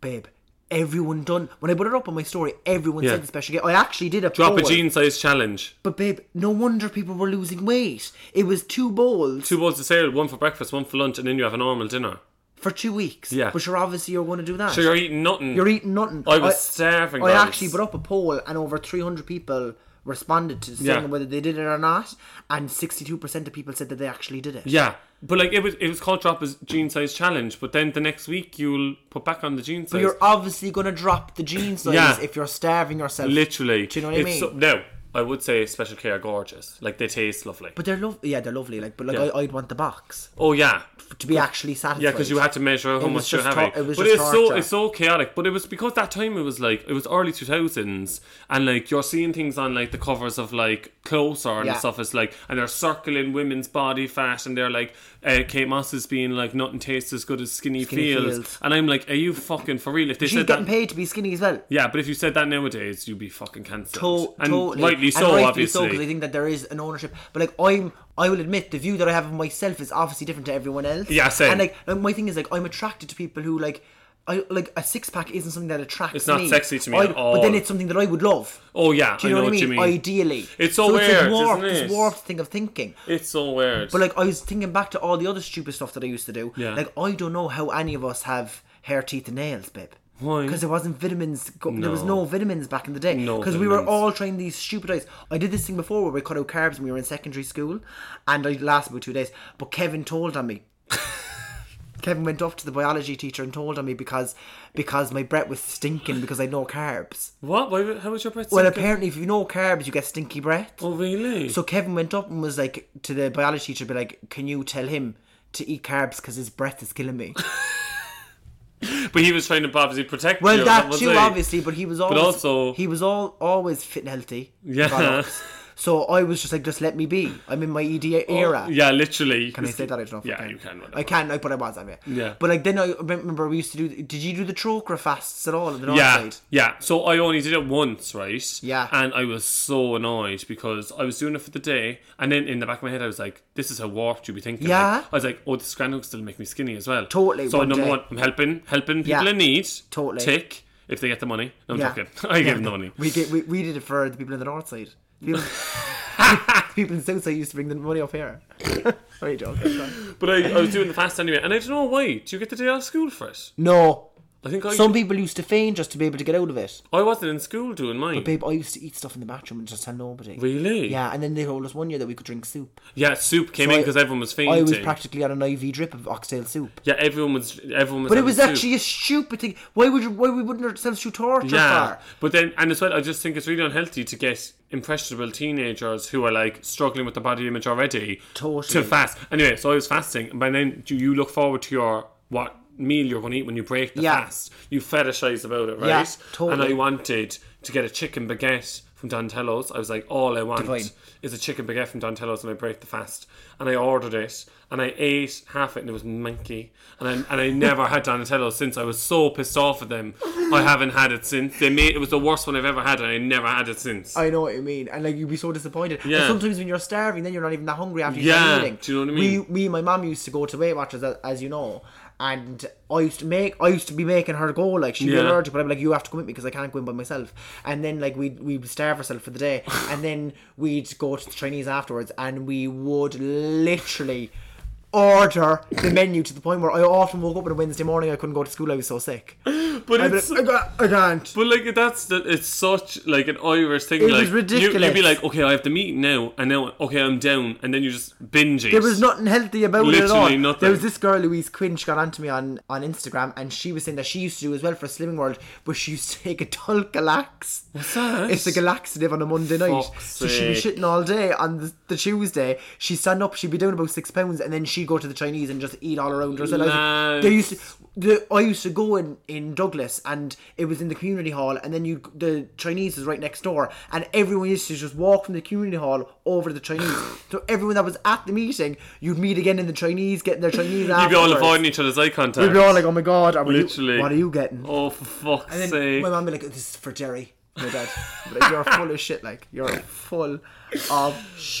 Babe, everyone done. When I put it up on my story, everyone
Yeah.
said the special. I actually did a
Drop a
poll.
jean size challenge.
But babe, no wonder people were losing weight. It was two bowls
Two bowls of cereal, one for breakfast, one for lunch, and then you have a normal dinner.
for two weeks.
Yeah.
But sure, obviously you're going to do that.
So you're eating nothing.
You're eating nothing.
I was starving,
I
guys.
actually put up a poll, and over 300 people responded to saying
Yeah.
whether they did it or not, and 62% of people said that they actually did it.
Yeah, but like it was, it was called drop as jean size challenge. But then the next week you'll put back on the jean
So
size.
you're obviously going to drop the jean size
Yeah.
if you're starving yourself.
Literally,
Do you know what I
It's
mean?
So, no, I would say special care are gorgeous. Like they taste lovely.
but they're lovely. Yeah, they're lovely. Like, but like
Yeah.
I, I'd want the box
oh yeah,
to be actually satisfied.
yeah, because you had to measure how
It was
much you're
just
having.
tor- it was
but
just
it's so
torture.
it's so chaotic. But it was because that time it was like it was early two thousands, and like you're seeing things on like the covers of like Closer and
Yeah.
stuff. It's like and they're circling women's body fat, and they're like uh, Kate Moss is being like nothing tastes as good as skinny,
Skinny
feels.
feels.
and I'm like, are you fucking for real? If they
She's
said
getting
that,
paid to be skinny as well.
Yeah, but if you said that nowadays, you'd be fucking cancelled.
To-
and
totally.
rightly rightly so,
and rightfully so
obviously.
because I think that there is an ownership. But like I'm, I will admit the view that I have of myself is obviously different to everyone else.
Yeah, same.
And like, like, my thing is like I'm attracted to people who like. I, like a six pack isn't something that attracts
It's not
me.
sexy to me
I-
at all.
But then it's something that I would love.
oh yeah,
Do you
I
know,
know
what I mean?
you mean.
Ideally,
It's so
it's like
weird,
warped,
isn't
this
it?
warped thing of thinking.
It's so weird.
But like I was thinking back to all the other stupid stuff that I used to do.
Yeah.
Like I don't know how any of us have hair, teeth, and nails, babe.
Why?
Because there wasn't vitamins. Go- There was
No.
no vitamins back in the day.
No
Because we were
vitamins.
all trying these stupid diets. I did this thing before where we cut out carbs when we were in secondary school, and I lasted about two days. But Kevin told on me. Kevin went off to the biology teacher and told on me because because my breath was stinking because I had no carbs.
what? Why, would- how was your breath?
Well,
stinking?
apparently, if you know carbs, you get stinky breath.
Oh really?
So Kevin went up and was like to the biology teacher, be like, "Can you tell him to eat carbs because his breath is killing me?"
but he was trying to obviously protect.
Well,
you,
that
was
too,
he?
obviously, but he was always
also-
he was all always fit and healthy.
Yeah.
products. So I was just like, just let me be. I'm in my ED era.
Oh, Yeah, literally.
Can I say that? I don't know. If
Yeah,
I can.
you can. Whatever.
I can, I- but I was. I mean,
Yeah.
But like then I remember we used to do. Did you do the trochra fasts at all? On the north
Yeah,
side?
yeah. So I only did it once, right?
Yeah.
And I was so annoyed because I was doing it for the day, and then in the back of my head, I was like, "This is how warped you be thinking."
Yeah.
Like, I was like, "Oh, this grand hook's still make me skinny as well."
Totally,
So
one
number
day.
one, I'm helping helping people
Yeah.
in need.
Totally.
Tick if they get the money. No, I'm
Yeah.
joking. I gave them the money.
We, did, we we did it for the people in the north side. The People, people in the south side used to bring the money up here. Sorry, joke.
But I, I was doing the fast anyway, and I don't know why. Do you get the day out of school for it?
No.
I think I
Some people used to feign just to be able to get out of it.
I wasn't in school doing mine.
Babe, I used to eat stuff in the bathroom and just tell nobody.
Really?
Yeah, and then they told us one year that we could drink soup.
Yeah, soup came in
I-
because everyone was fainting.
I was practically on an IV drip of oxtail soup.
yeah, everyone was. Everyone was.
But it
having
was
soup.
actually a stupid thing. Why would you, why we wouldn't ourselves do torture
Yeah,
for?
but then and as well, I just think it's really unhealthy to get impressionable teenagers who are like struggling with their body image already
Totally.
to fast. Anyway, so I was fasting, and by then do you look forward to your what meal you're going to eat when you break the
Yeah.
fast? You fetishize about it, right?
Yeah, totally.
And I wanted to get a chicken baguette from Dantelo's. I was like, all I want
Divine.
is a chicken baguette from Dantelo's, and I break the fast. And I ordered it, and I ate half it, and it was manky. And I and I never had Dantelo's since. I was so pissed off at them. I haven't had it since. They made it was the worst one I've ever had, and I never had it since.
I know what you mean, and like you'd be so disappointed. And
Yeah.
sometimes when you're starving, then you're not even that hungry after you're
Yeah,
done eating.
do you know what I mean?
We, me and my mum used to go to Weight Watchers, as, as you know, and I used to make, I used to be making her go like she'd be
Yeah.
allergic, but I'm like, you have to come with me because I can't go in by myself. And then like we we would starve ourselves for the day, and then we'd go to the Chinese afterwards, and we would literally. Order the menu to the point where I often woke up on a Wednesday morning. I couldn't go to school. I was so sick.
but
I'd be
it's.
like, I, can't- I can't.
but like that's the, it's such like an Irish thing.
It
like
was
You, you'd be
ridiculous.
like, okay, I have to meet now, and now okay, I'm down, and then you just binge. eat.
There was nothing healthy about it at all.
Literally nothing.
There was this girl, Louise Quinn, she got onto me on, on Instagram and she was saying that she used to do as well for Slimming World, but she used to take a dull galax. What's
that?
It's a galaxative on a Monday night.
Fuck's
so she'd be
sake.
shitting all day on the, the Tuesday. She'd stand up, she'd be down about six pounds, and then she'd go to the Chinese and just eat all around herself. I was- They used to. The, I used to go in, in Douglas and it was in the community hall and then you the Chinese was right next door and everyone used to just walk from the community hall over to the Chinese. so everyone that was at the meeting, you'd meet again in the Chinese, getting their
You'd
Chinese
be all
afterwards.
avoiding each other's eye contact.
We'd be all like, oh my god, are
Literally.
You, what are you getting?
Oh, for fuck's
And then
sake.
my mum be like, "This is for Jerry." My dad, Be like, you're full of shit. Like you're full of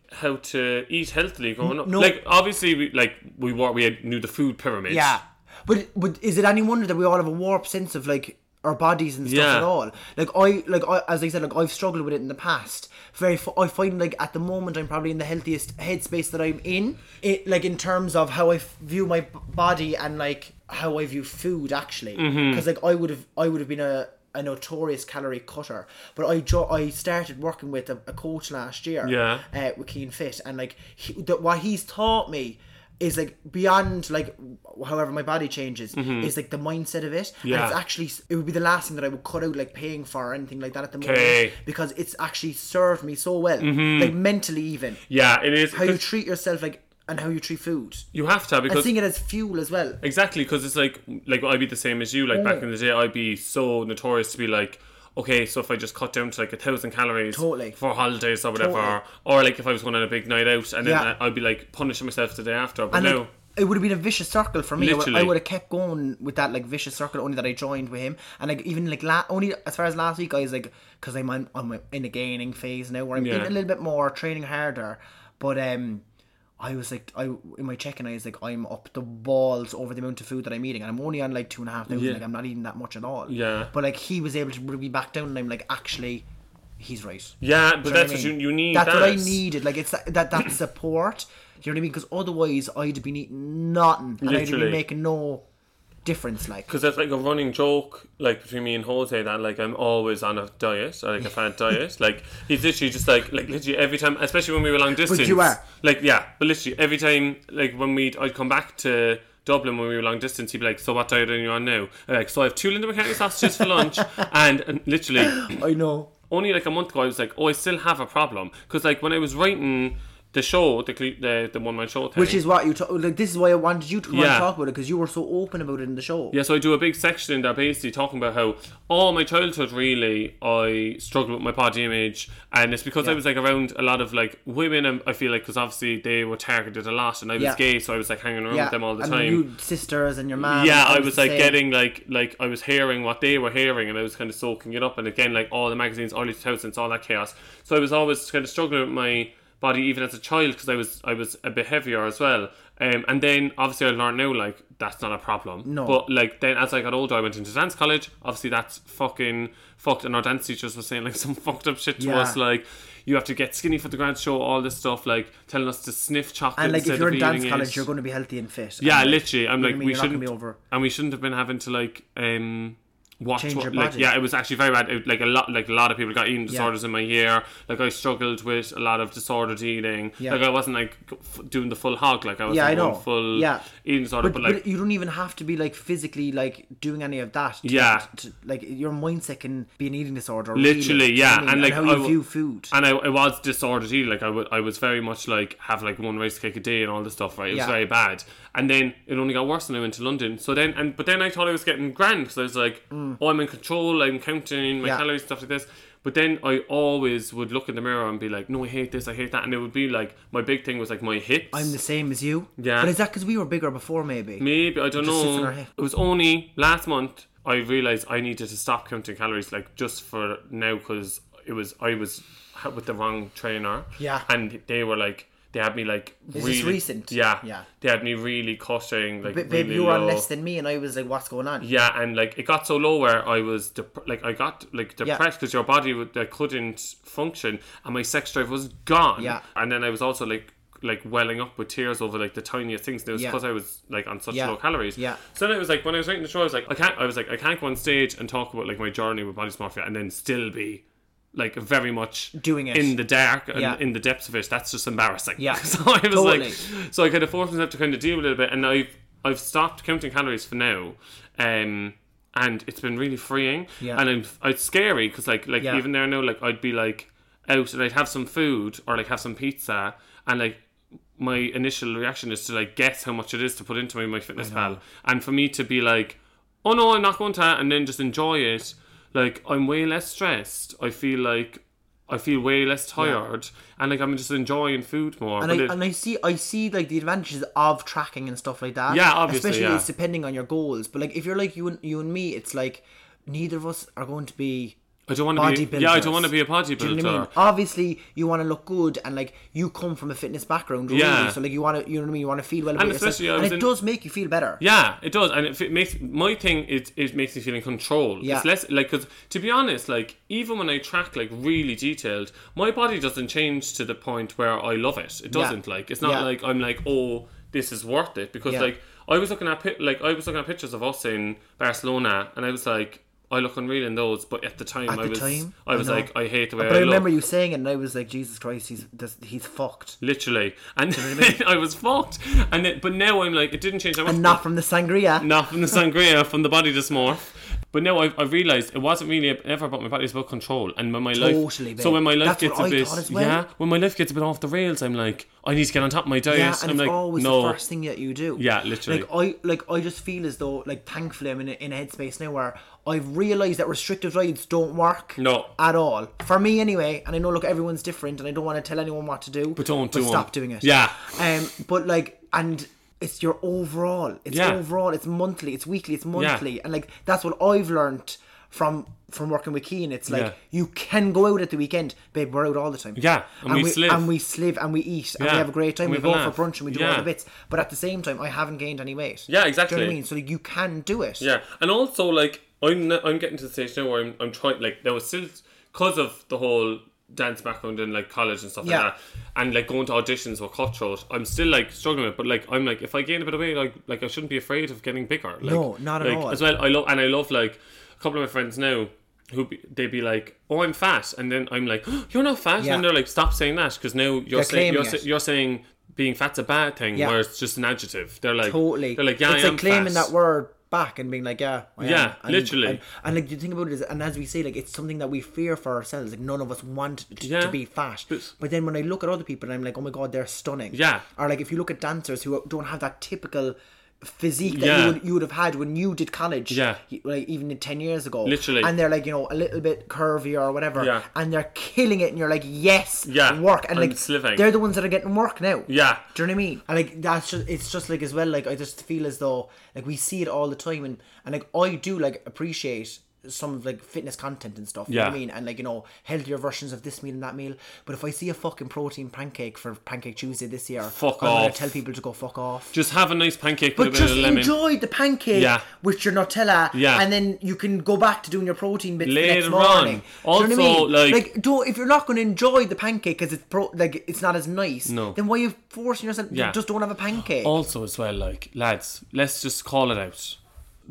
how to eat healthily growing up.
No.
Like obviously, we like we were we had, knew the food pyramid.
Yeah. But but is it any wonder that we all have a warped sense of like our bodies and stuff
Yeah.
at all? Like I like I as I said like I've struggled with it in the past. Very f- I find like at the moment I'm probably in the healthiest headspace that I'm in. It like in terms of how I f- view my b- body and like how I view food actually. Because like I would have I would have been a a notorious calorie cutter, but I jo- I started working with a, a coach last year
Yeah.
uh, with Keen Fit, and like he, the, what he's taught me is like beyond like wh- however my body changes is like the mindset of it. and
Yeah.
it's actually s- it would be the last thing that I would cut out like paying for or anything like that at the
Okay. Mm-hmm.
moment because it's actually served me so well, like mentally even
yeah, it is.
how you
'cause
treat yourself like and how you treat food
you have to
and
because
seeing it as fuel as well.
Exactly, because it's like like I'd be the same as you. Like
Mm.
back in the day, I'd be so notorious to be like, okay, so if I just cut down to like a thousand calories
Totally.
for holidays or whatever,
Totally.
or like if I was going on a big night out, and then
Yeah.
I- I'd be like punishing myself the day after. But
And
no,
like, it would have been a vicious circle for me. I would- I
Literally.
would have kept going with that like vicious circle only that I joined with him. And like even like la- only as far as last week, I was like because I'm on, I'm in a gaining phase now where I'm
Yeah.
eating a little bit more, training harder. But um, I was like I in my check-in, I was like I'm up the walls over the amount of food that I'm eating, and I'm only on like two and a half thousand. Like I'm not eating that much at all.
Yeah.
But like he was able to bring me back down, and I'm like actually, he's right.
yeah, but
Do
that's
know
what
I mean?
you, you need.
That's what I
that.
needed. Like it's that that, that support. Do you know what I mean? Because otherwise, I'd have been eating nothing, and I'd have been
Literally.
making no difference. Like
Because that's like a running joke, like between me and Jose, that like I'm always on a diet, or, like a fat diet. Like he's literally just like, like literally every time, especially when we were long distance.
you are.
Like yeah, but literally every time, like when we, would I'd come back to Dublin when we were long distance. He'd be like, "So what diet are you on now?" i like, "So I have two Linda McCartney sausages for lunch," and, and literally
I know.
only like a month ago, I was like, "Oh, I still have a problem," because like when I was writing the show, the cle- the, the one man show thing,
Which is what you talk. Like this is why I wanted you to come on and
Yeah.
talk about it because you were so open about it in the show.
Yeah, so I do a big section in there basically talking about how all my childhood really I struggled with my body image, and it's because I was like around a lot of like women. and I feel like because obviously they were targeted a lot, and I was
Yeah.
gay, so I was like hanging around
Yeah,
with them all the
and
time.
You sisters and your mom.
yeah,
and
I
things
was
the
like
same.
getting like like I was hearing what they were hearing, and I was kind of soaking it up. And again, like all the magazines, early two thousands, all that chaos. So I was always kind of struggling with my body, even as a child, because I was I was a bit heavier as well. Um, and then obviously I learned now like that's not a problem.
No.
But like then as I got older, I went into dance college. Obviously that's fucking fucked, and our dance teachers were saying like some fucked up shit to
Yeah.
us, like. You have to get skinny for the grand show, all this stuff, like telling us to sniff chocolate.
And like
instead
if you're
of
in dance
eating
college,
it.
you're going to be healthy and fit.
Yeah,
And,
literally. I'm
you know
like,
what I mean?
we
You're not gonna
shouldn't,
be over.
and we shouldn't have been having to like um watch
Change
what-
your
like
body.
yeah, it was actually very bad. It, like a lot, like a lot of people got eating disorders in my year. Like I struggled with a lot of disordered eating.
Yeah.
Like I wasn't like f- doing the full hog. Like I was
Yeah, I
like,
know.
going full
Yeah.
eating disorder,
But,
but,
but
like.
you don't even have to be like physically like doing any of that. to-
Yeah.
to- like your mindset can be an eating disorder.
Literally,
really, you know
yeah,
what I mean?
and like
how you
I w-
view food.
and I, I was disordered eating. Like I would, I was very much like have like one rice cake a day and all this stuff. Right, it
Yeah.
was very bad. And then it only got worse when I went to London. So then, and but then I thought I was getting grand because I was like, oh, I'm in control. I'm counting my
Mm. Yeah.
calories stuff like this. But then I always would look in the mirror and be like, no, I hate this, I hate that, and it would be like my big thing was like my hips.
I'm the same as you.
Yeah.
But is that because we were bigger before, maybe?
Maybe I don't
It just sits in
know.
our head.
It was only last month I realized I needed to stop counting calories, like just for now, because it was I was ha- with the wrong trainer.
Yeah.
and they were like they had me like
Is this
really
recent?
Yeah,
Yeah.
They had me really cutting, like
Ba- babe,
really
you were on
low.
less than me, and I was like, "What's going on?"
Yeah, and like it got so low where I was dep- like I got like depressed because your body would, I couldn't function and my sex drive was gone.
Yeah.
and then I was also like like welling up with tears over like the tiniest things. And it was
Yeah.
because I was like on such
Yeah.
low calories.
Yeah.
So then it was like when I was writing the show, I was like I can't. I was like I can't go on stage and talk about like my journey with body dysmorphia and then still be. Like very much
Doing it.
in the dark and
Yeah.
in the depths of it. That's just embarrassing.
Yeah.
so I was
Totally.
like, so I kind of forced myself to kind of deal with it a bit, and I've I've stopped counting calories for now, um, and it's been really freeing.
Yeah.
And I'm, it's scary because like like
Yeah.
even there now, like I'd be like out and I'd have some food or like have some pizza, and like my initial reaction is to like guess how much it is to put into my my fitness pal, and for me to be like, oh no, I'm not going to, and then just enjoy it. Like I'm way less stressed. I feel like. I feel way less tired, and like I'm just enjoying food more.
And
but
I,
it-
and I see I see like the advantages of tracking and stuff like that.
Yeah, obviously,
Especially
yeah.
it's depending on your goals. But like if you're like you and you and me, it's like neither of us are going to be
I don't want to be. Yeah, I don't
bodybuilders.
want to be a bodybuilder.
Do you know what I mean? Obviously, you want to look good, and like you come from a fitness background, really.
Yeah.
So like you want to, you know what I mean? You want to feel well about yourself,
especially I
and
was
it
in-
does make you feel better.
Yeah, it does, and it, f- makes my thing. It it makes me feel in control.
Yeah.
It's less like because to be honest, like even when I track like really detailed, my body doesn't change to the point where I love it. It
Yeah.
doesn't like it's not
Yeah.
like I'm like oh this is worth it because
Yeah.
like I was looking at pi- like I was looking at pictures of us in Barcelona and I was like I look unreal in those, but at the time
At
I
the
was
time,
I was
know.
like I hate the way
But I,
I
remember
look.
you saying it, and I was like, Jesus Christ, he's this, he's fucked,
Literally, and I was fucked. And it, but now I'm like, it didn't change. that much,
and
but-
not from the sangria.
not from the sangria, from the body dysmorph. But now I've, I've realised it wasn't really ever about my body, it's about control. And when my
Totally,
life,
babe.
so when my life
That's what
gets
I
a bit,
thought as well.
yeah, when my life gets a bit off the rails, I'm like, I need to get on top of my diet.
Yeah,
I'm
and it's
like,
always
no,
the first thing that you do.
Yeah, literally.
Like I, like I just feel as though, like, thankfully, I'm in a, in a headspace now where I've realised that restrictive diets don't work.
No.
at all for me anyway. And I know, look, everyone's different, and I don't want to tell anyone what to do.
But don't do 'em.
Stop doing it.
Yeah.
Um. But like, and it's your overall. It's
Yeah.
overall. It's monthly. It's weekly. It's monthly. And like that's what I've learned from from working with Keen. It's like
Yeah.
you can go out at the weekend, babe. We're out all the time.
Yeah, and we sliv.
and we slive and we eat and we
Yeah,
have a great time.
and
We,
we
go
have a
out for brunch
laugh.
and we do
Yeah.
all the bits. But at the same time, I haven't gained any
Yeah,
weight. Do you know what I
exactly.
mean? So you can do it.
yeah. And also, like, I'm n- I'm getting to the stage now where I'm I'm trying like there was still because of the whole dance background and like college and stuff
Yeah.
like that, and like going to auditions with cutthroat. I'm still like struggling with, it, but like I'm like if I gain a bit of weight, like like I shouldn't be afraid of getting bigger. Like,
No, not at
like,
all.
As well, I love and I love like a couple of my friends now. Who be, they be like, oh, I'm fat, and then I'm like, "Oh, you're not fat,
Yeah.
and they're like, stop saying that because now you're
They're
saying you're,
claiming
sa-
it.
you're saying being fat's a bad thing,
Yeah.
where it's just an adjective. They're like,
totally.
they're like, yeah, I
it's like
am
claiming
fat."
that word back and being like, yeah, I am.
Yeah,
And-
literally.
And, and, like the thing about it is, and as we say, like it's something that we fear for ourselves. Like none of us want to,
Yeah.
to be fat. But,
But-
then when I look at other people, and I'm like, oh my god, they're stunning.
Yeah.
Or like if you look at dancers who don't have that typical physique that
Yeah.
you, would, you would have had when you did college
Yeah.
y- like even 10 years ago
Literally.
and they're like you know a little bit curvy or whatever
Yeah.
and they're killing it and you're like yes
Yeah,
work and
I'm
like
sliving.
they're the ones that are getting work now
Yeah.
do you know what I mean? And like that's just it's just like as well, like I just feel as though like we see it all the time and, and like I do like appreciate some of like fitness content and stuff. You know what I
Yeah.
mean? And like, you know, healthier versions of this meal and that meal. But if I see a fucking protein pancake for Pancake Tuesday this year,
Fuck
I'm gonna
off.
tell people to go fuck off.
Just have a nice pancake with
but
a bit
just
of lemon.
enjoy the pancake
Yeah.
with your Nutella,
Yeah.
and then you can go back to doing your protein bits the next
Later on.
morning. Do you know what I
Also,
mean?
like-
don't if you're not going to enjoy the pancake because it's pro- like it's not as nice, no. then why are you forcing yourself?
Yeah.
You just don't have a pancake.
Also, as well, like lads, let's just call it out.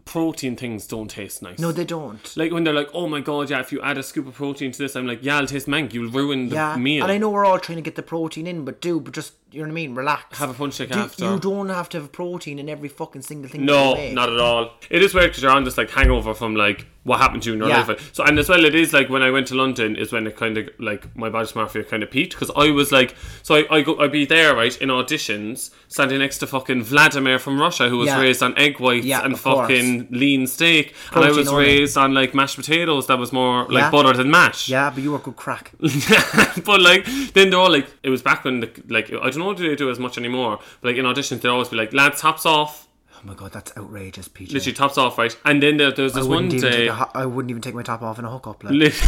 Protein things don't taste nice.
No, they don't.
like when they're like, "Oh my god, yeah!" If you add a scoop of protein to this, I'm like, "Yeah, it'll taste mank. You'll ruin the
yeah,
meal."
and I know we're all trying to get the protein in, but do, but just you know what I mean. Relax.
Have a punch
Do-
kick after.
You don't have to have protein in every fucking single thing. that you
No,
make.
not at all. It is weird because you're on this like hangover from like what happened to you in your
Yeah.
life. So and as well, it is like when I went to London is when it kind of like my body dysmorphia kind of peaked because I was like, so I I go I'd be there right in auditions standing next to fucking Vladimir from Russia who was
Yeah.
raised on egg whites
Yeah,
and
of course.
fucking lean steak, and I
Protein
was
only.
raised on like mashed potatoes that was more like
Yeah.
butter than mash.
Yeah, but you were good crack. Oh
but like then they're all like it was back when the, like I don't know do they do as much anymore but like in auditions they'd always be like lads tops off
oh my god, that's outrageous, PJ.
literally tops off right and then there, there was
I
this one
wouldn't, even
day
take a ho- I wouldn't even take my top off in a hookup. Like.
Lit-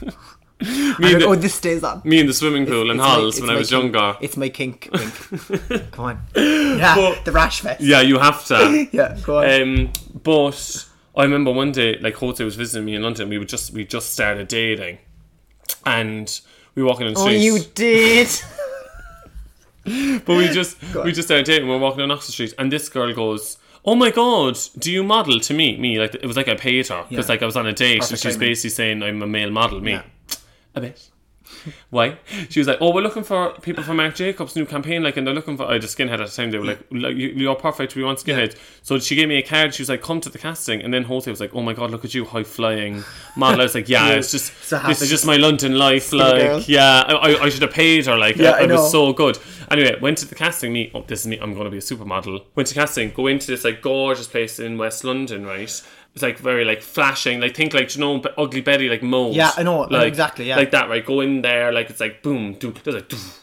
me,
I'm
and
like,
the,
oh, this stays on.
me in the swimming pool in
It's my-
Halls
it's
when I
my
was
kink-
younger.
It's my kink. kink. Come on. Yeah, the rash vest.
Yeah, you have to.
Yeah, go on.
Um, but I remember one day, like Jose was visiting me in London. We were just we just started dating, and we were walking on the
oh,
streets.
you did.
But we just we just started dating. We We're walking down Oxford Street, and this girl goes, "Oh my god, do you model to me? Me like it was like I paid her because like I was on a date, and
Perfect
she's
timing.
basically saying I'm a male model. Me,
Yeah.
a bit. Why? She was like, "Oh, we're looking for people for Marc Jacobs' new campaign, like, and they're looking for I had a skinhead at the time. They were like, like you- you're perfect. We want skinheads.' So she gave me a card. She was like, "Come to the casting." And then Jose was like, "Oh my god, look at you, high flying model." I was like, "Yeah, it's just
So
this
happy.
is just my London life.
girl.
Like, yeah, I, I, I should have paid her. Like,
Yeah,
I,
I
I
know.
was so good. Anyway, went to the casting. Me, oh, this is me. I'm going to be a supermodel. Went to casting. Go into this like gorgeous place in West London, right? It's like very like flashing. Like think like you know, but ugly Betty like mold.
Yeah, I know, I know
Like,
exactly, yeah.
like that, right? Go in there, like it's like boom, do there's like. doof,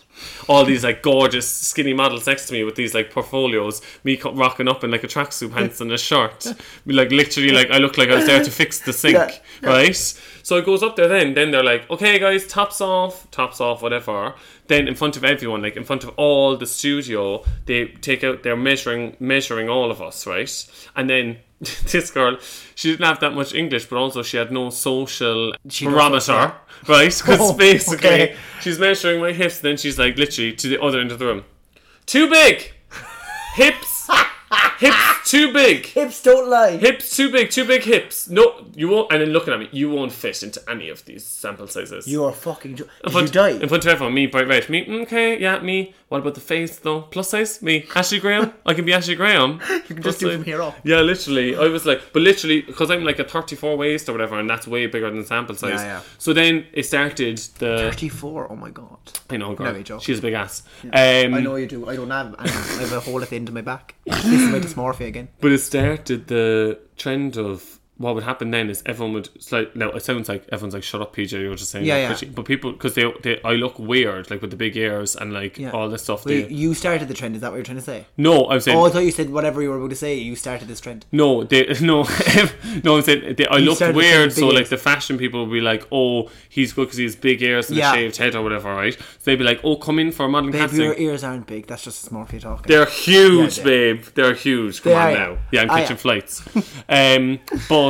all these like gorgeous skinny models next to me with these like portfolios, me co- rocking up in like a tracksuit pants and a shirt, Me, like literally like I look like I was there to fix the sink,
Yeah.
right? So it goes up there. Then then they're like, okay guys, tops off, tops off, whatever. Then in front of everyone, like in front of all the studio, they take out they're measuring measuring all of us, right? And then. This girl, she didn't have that much English, but also she had no social barometer, right? Because
Oh,
basically,
okay.
She's measuring my hips, then she's like literally to the other end of the room. Too big! Hips! hips too big!
Hips don't lie.
Hips too big, too big hips. No, you won't. And then looking at me, you won't fit into any of these sample sizes.
You are fucking. Jo-
in
Did
front,
you die?
In front of everyone, me, bright red. Me, mm, okay, yeah, me. What about the face though? Plus size, me. Ashley Graham. I can be Ashley Graham.
You can just do
Plus
from
size.
here on.
Yeah, literally. I was like, but literally, because I'm like a 34 waist or whatever, and that's way bigger than sample size.
yeah.
So then it started the.
34. Oh my god.
I know, girl.
No, you joke.
She's a big ass. Um,
I know you do. I don't have. I have a hole at the end of my back. This is my dysmorphia again.
But it started the trend of what would happen then is everyone would it's like no it sounds like everyone's like shut up PJ you're just saying
Yeah,
that
yeah.
fishy." but people because they, they I look weird like with the big ears and like
Yeah.
all this stuff
Wait,
they,
you started the trend. Is that what you're trying to say?
no I'm saying
Oh, I thought you said whatever you were about to say. You started this trend.
No, they no, no. I'm saying they, I looked
started saying
weird,
big
so like
ears.
the fashion people would be like, "Oh, he's good because he has big ears and
Yeah.
a shaved head or whatever," right? So they'd be like, "Oh, come in for a modeling
Babe,
casting."
your ears aren't big. That's just dysmorphia talking.
They're huge,
Yeah,
babe. They're huge. Come
They
on
are.
now. Yeah, I'm
I-
catching flights. um, but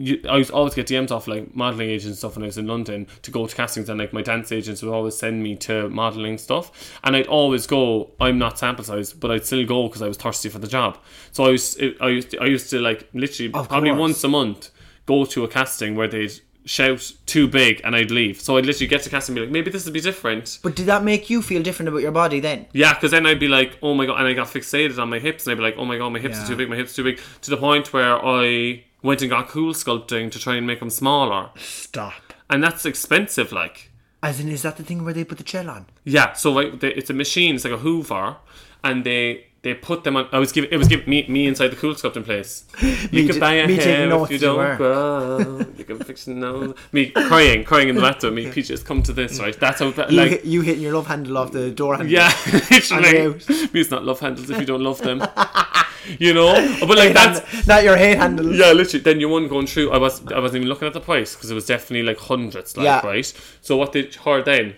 you, I used to always get DMs off like modeling agents and stuff when I was in London to go to castings, and like my dance agents would always send me to modeling stuff, and I'd always go. I'm not sample size, but I'd still go because I was thirsty for the job. So I was, I used, to, I used to like literally
Of
probably
course.
once a month go to a casting where they'd shout too big and I'd leave. So I'd literally get to casting and be like, maybe this would be different.
But did that make you feel different about your body then?
Yeah, because then I'd be like, oh my god, and I got fixated on my hips, and I'd be like, oh my god, my hips
Yeah.
are too big, my hips are too big, to the point where I went and got cool sculpting to try and make them smaller,
Stop.
and that's expensive, like.
As in, is that the thing where they put the gel on?
Yeah, so like they, it's a machine, it's like a Hoover, and they they put them on. I was giving it was giving me me inside the cool sculpting place. You
Me
can
ta-
buy a
me taking
hair if
notes
you
as you
don't
were.
grow. You can fix your nose. Me crying, crying in the bathroom. Me peaches, come to this, right? That's how that,
You,
like
hit, you hitting your love handle off the door handle.
Yeah,
And
literally.
out.
Means not love handles if you don't love them. you know, but like that's
Hand- not your hate handle.
yeah, literally. Then you one going through. I was I wasn't even looking at the price because it was definitely like hundreds, like
Yeah.
right. So what they her then,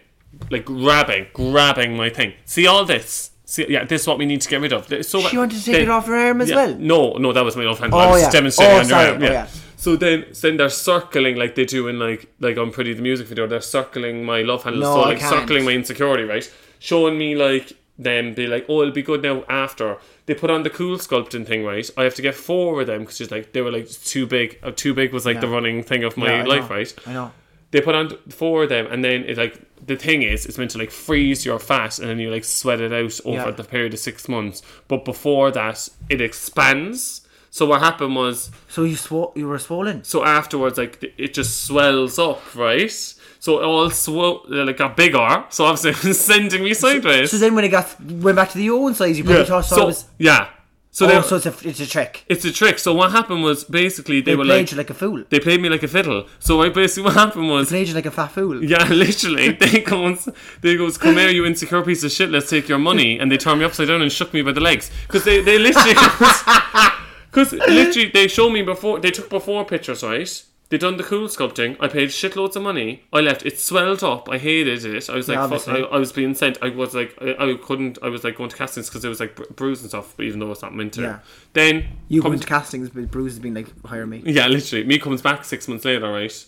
like grabbing, grabbing my thing. See all this. See, yeah, this is what we need to get rid of. It's So
She wanted to take it off her arm as
yeah.
well?
No, no, that was my love handle. I
Oh,
was
yeah.
demonstrating
Oh,
on your
sorry.
arm.
Oh,
Yeah.
yeah.
So then, so then they're circling like they do in like like on Pretty the music video. They're circling my love handle,
No,
so
I
like
can't.
circling my insecurity, right? Showing me like them be like, oh, it'll be good now. After they put on the cool sculpting thing, right? I have to get four of them because she's like they were like too big. Uh, too big was like the running thing of my
I
life,
know.
right?
I know.
They put on four of them, and then it like the thing is, it's meant to like freeze your fat, and then you like sweat it out over
Yeah.
the period of six months. But before that, it expands. So what happened was
So you sw- you were swollen.
so afterwards, like th- it just swells up, right? So it all swell, like got bigger. So obviously, it was sending me sideways.
So then when it got went back to the own size, you probably
yeah.
thought so,
So-
it was.
yeah. So
Oh,
they-
so it's a it's a trick.
it's a trick. So what happened was basically they,
They
were
played
like,
you like a fool.
they played me like a fiddle. So I basically what happened was
Played you like a fat fool.
yeah, literally they goes they goes come here you insecure piece of shit let's take your money and they turned me upside down and shook me by the legs because they they literally. Because literally, they showed me before. They took before pictures, right? They done the cool sculpting. I paid shitloads of money. I left. It swelled up. I hated it. I was like,
Yeah,
fuck, I,
obviously.
I was being sent. I was like, I, I couldn't. I was like going to castings because there was like bru- bruise and stuff. But even though it's not meant to.
Yeah.
Then
You
comes-
went to castings, but Bruce has been like, hire me.
yeah, literally. Me comes back six months later, right?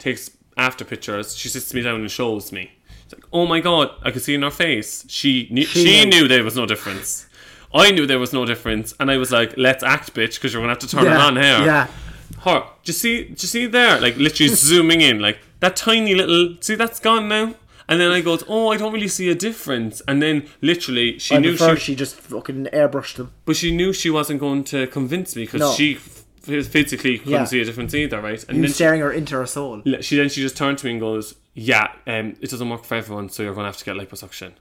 Takes after pictures. She sits me down and shows me. It's like, oh my god, I could see in her face. She knew, she,
She
knew there was no difference. I knew there was no difference, and I was like, "Let's act, bitch, because you're gonna have to turn it
yeah.
on here."
Yeah.
Her, do you see? Do you see there? Like literally zooming in, like that tiny little. See, that's gone now. And then I goes, "Oh, I don't really see a difference." And then literally, she
I
knew
prefer
she
she just fucking airbrushed them.
but she knew she wasn't going to convince me because
No.
she f- physically couldn't
Yeah.
see a difference either, right? And
You
then she,
staring her into her soul.
le- she then she just turned to me and goes, "Yeah, um, it doesn't work for everyone, so you're going to have to get liposuction."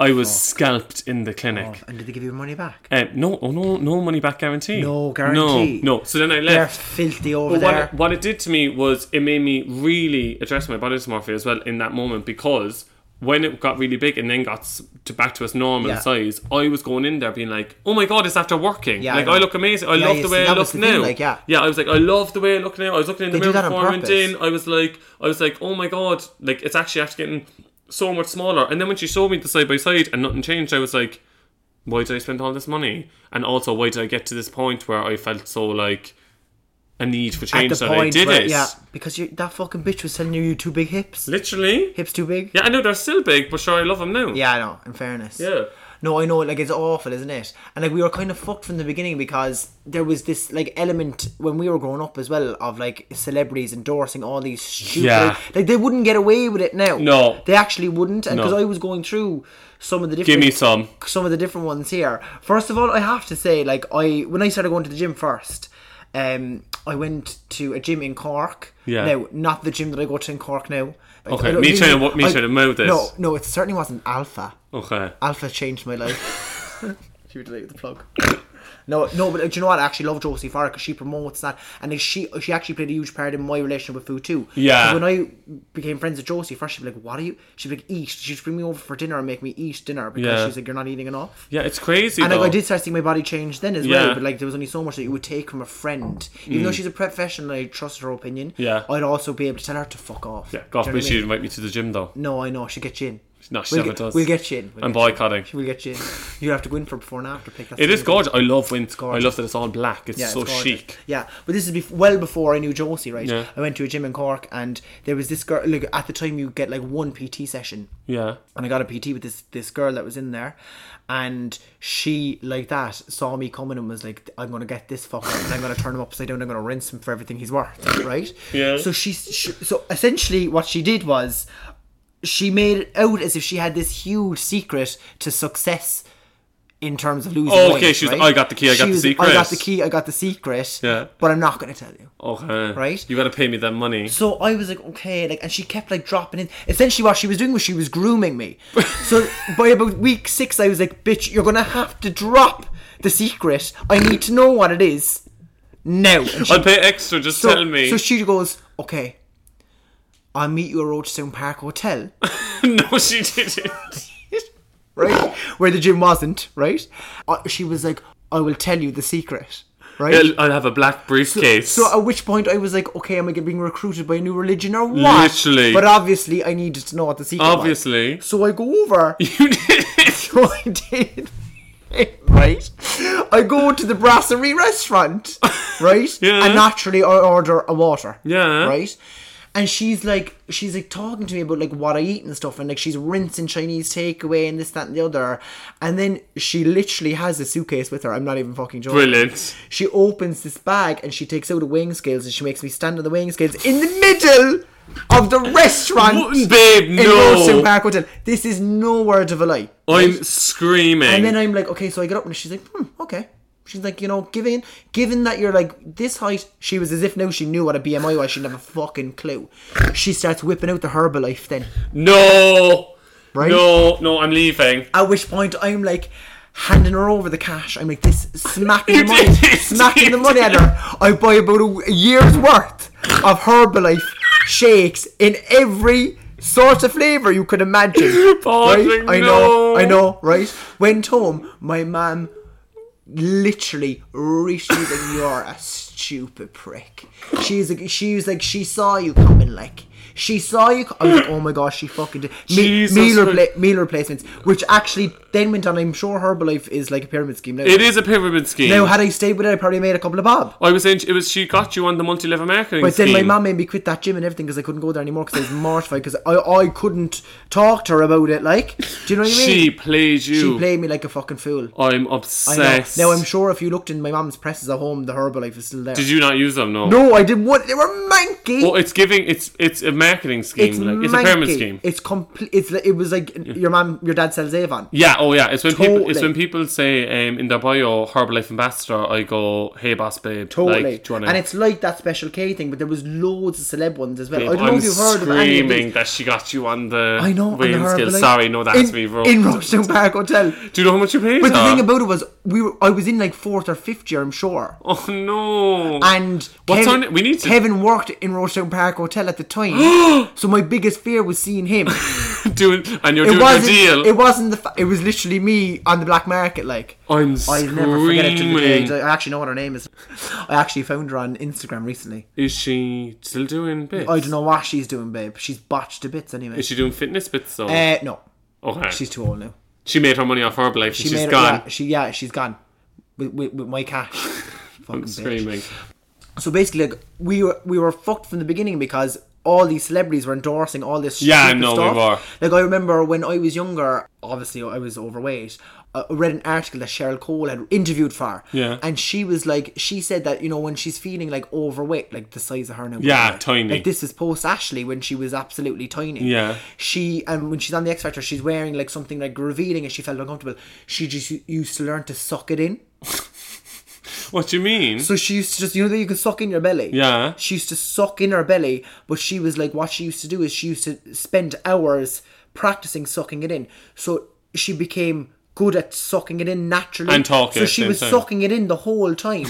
I
Oh.
was scalped in the clinic.
And did they give you money back?
Um, no, oh no, no money back guarantee.
No guarantee.
No, no. So then I
They're
left.
filthy over
But
there.
what, what it did to me was it made me really address my body dysmorphia as well in that moment because when it got really big and then got s- to back to its normal
Yeah.
size, I was going in there being like, "Oh my god, it's after working!
Yeah, I
like
know.
I, look amazing. I
Yeah,
love
you
the
see,
way I
that
look
was the
now.
thing, like, yeah.
yeah, I was like, I love the way I look now. I was looking in the
They do
mirror
that on
before I went
purpose.
in. I was like, I was like, oh my god, like it's actually after getting so much smaller. And then when she showed me the side by side and nothing changed, I was like, why did I spend all this money? And also, why did I get to this point where I felt so like a need for change that I did
where-
it?
yeah, because you, that fucking bitch was telling you you two big hips,
literally.
hips too big.
Yeah, I know they're still big, but sure, I love them now.
Yeah, I know. In fairness,
Yeah.
No, I know. Like it's awful, isn't it? And like we were kind of fucked from the beginning because there was this like element when we were growing up as well of like celebrities endorsing all these stupid.
Yeah.
Like they wouldn't get away with it now.
No.
they actually wouldn't. And
No.
because I was going through some of the different
Give me some.
some of the different ones here. First of all, I have to say, like I when I started going to the gym first, um, I went to a gym in Cork.
Yeah.
Now, not the gym that I go to in Cork now. I-
Okay,
I don't
me
think-
trying to- me
I-
trying to move this.
No, no, it certainly wasn't Alpha.
Okay.
Alpha changed my life. she would like the plug. No, no, but uh, do you know what? I actually love Josie Farr because she promotes that, and then she she actually played a huge part in my relationship with food too.
Yeah.
'Cause When I became friends with Josie first, she'd be like, "What are you?" She'd be like, "Eat." She'd bring me over for dinner and make me eat dinner because
Yeah.
she's like, "You're not eating enough."
Yeah, it's crazy.
And like,
though.
I did start seeing my body change then as well,
Yeah. Mm.
but like there was only so much that you would take from a friend. Even though she's a professional, I trust her opinion.
Yeah.
I'd also be able to tell her to fuck off.
Yeah,
Do
God
you know
forbid
what I
she
mean?
invite me to the gym though.
No, I know she get you in.
No, she
we'll
never
get,
does.
We'll get you in. We'll
I'm
get you in.
boycotting.
We'll get you in. You have to go in for before and after pick. That's
It
the
is
thing.
gorgeous. I love when I
gorgeous.
love that it's all black. It's
Yeah,
so
it's gorgeous.
chic.
Yeah, but this is bef- well before I knew Josie, right?
Yeah.
I went to a gym in Cork, and there was this girl. Look, at the time you get like one PT session,
Yeah.
and I got a PT with this this girl that was in there, and she like that saw me coming and was like, "I'm gonna get this fucker and I'm gonna turn him upside down. I'm gonna rinse him for everything he's worth." Right?
Yeah.
So she, she so essentially what she did was she made it out as if she had this huge secret to success. In terms of losing
Oh, okay,
weight,
she was,
right?
"I got the key, I got the
I
secret."
got the key. I got the secret.
Yeah.
But I'm not going to tell you.
Okay.
Right?
You got to pay me that money.
So I was like, okay, like, and she kept like dropping in. Essentially, what she was doing was she was grooming me. so by about week six, I was like, bitch, you're gonna have to drop the secret. I need to know what it is now. And she-
I'll pay extra. Just
so,
tell me.
So she goes, okay, I'll meet you at Rochestone Park Hotel,
no, she didn't.
right, where the gym wasn't, right. Uh, she was like, I will tell you the secret, right.
I'll, I'll have a black briefcase.
So at which point I was like, okay, am I get- being recruited by a new religion or what?
Literally.
But obviously, I needed to know what the secret was.
Obviously.
So I go over.
you did.
so I did. Right? I go to the brasserie restaurant. Right?
Yeah.
And naturally, I order a water.
Yeah.
Right? And she's like, she's like talking to me about like what I eat and stuff, and like she's rinsing Chinese takeaway and this, that, and the other. And then she literally has a suitcase with her. I'm not even fucking joking.
Brilliant.
She opens this bag and she takes out the weighing scales and she makes me stand on the weighing scales in the middle of the restaurant.
What, babe,
in
no.
Royston Park Hotel. This is no word of a lie.
I'm screaming.
And then I'm like, okay, so I get up and she's like, hmm, okay. She's like, you know, given given that you're like this height, she was as if now she knew what a BMI was. She didn't have a fucking clue. She starts whipping out the Herbalife then,
no.
right?
No. No. I'm leaving.
At which point I'm like handing her over the cash. I'm like this smacking the
You
money,
did it,
smacking
you
the money at her. I buy about a, a year's worth of Herbalife shakes in every sort of flavour you could imagine.
Padraig,
I
no.
know, I know, right? Went home, my mum literally reached me like you're a stupid prick. She's like she was like she saw you coming like she saw you. co- I was like, oh my gosh, she fucking did. Me,
Jesus
meal,
Christ.
repla- meal replacements, which actually then went on. I'm sure Herbalife is like a pyramid scheme now.
It is a pyramid scheme.
Now, had I stayed with it, I probably made a couple of bob.
I was saying it was she got you on the multi-level marketing
But then my
scheme.
mum made me quit that gym and everything because I couldn't go there anymore because I was mortified because I, I couldn't talk to her about it. Like, do you know what I mean?
She played you.
She played me like a fucking fool.
I'm
I know.
obsessed.
Now I'm sure if you looked in my mum's presses at home, the Herbalife is still there.
Did you not use them? No.
No, I didn't. What they were manky.
Well, it's giving. It's it's a marketing scheme.
it's
like it's a pyramid
manky.
scheme.
It's complete. It's li- it was like your mum, your dad sells Avon.
yeah. Oh, yeah. It's when people. It's
Totally.
when people say um, in their bio Herbalife ambassador. I go, hey, boss, babe.
Totally.
Like, do you wanna...
and it's like that Special K thing, but there was loads of celeb ones as well.
Babe,
I don't
I'm
know if you've heard of any of
screaming
these.
that she got you on the.
I know. and
weighing
the
scale.
Herbalife.
Sorry, no, that's
in,
me, bro.
In Rochestone Park Hotel.
Do you know how much you paid?
But the
her?
thing about it was, we were, I was in like fourth or fifth year, I'm sure.
Oh no.
And
what's
Kev-
on it? We need to.
Kevin worked in Rochestone Park Hotel at the time. so my biggest fear was seeing him.
doing and you're
it
doing a
wasn't.
deal.
It wasn't the. Fa- it was literally me on the black market. Like
I'm
I
screaming.
never forget it till the day. I actually know what her name is. I actually found her on Instagram recently.
Is she still doing bits?
I don't know what she's doing, babe. She's botched to bits anyway.
Is she doing fitness bits though?
uh, no,
okay.
she's too old now.
she made her money off her life. She has
her-
gone.
Yeah, she yeah, she's gone with with, with my cash. Fucking
I'm
bitch.
screaming.
So basically, like, we were we were fucked from the beginning because all these celebrities were endorsing all this.
Yeah, I
stupid
know we
stuff.
were.
Like I remember when I was younger, obviously I was overweight. uh, I read an article that Cheryl Cole had interviewed for.
Yeah.
And she was like, she said that you know when she's feeling like overweight, like the size of her now.
Yeah, tiny.
Like this is post Ashley when she was absolutely tiny.
Yeah.
She and when she's on the X Factor, she's wearing like something like revealing, and she felt uncomfortable. She just u- used to learn to suck it in.
What do you mean?
So she used to just, you know, that you can suck in your belly.
Mm-hmm. Yeah.
She used to suck in her belly, but she was like, what she used to do is she used to spend hours practicing sucking it in. So she became good at sucking it in naturally.
And talking
So
at the
she
same
was
time.
sucking it in the whole time.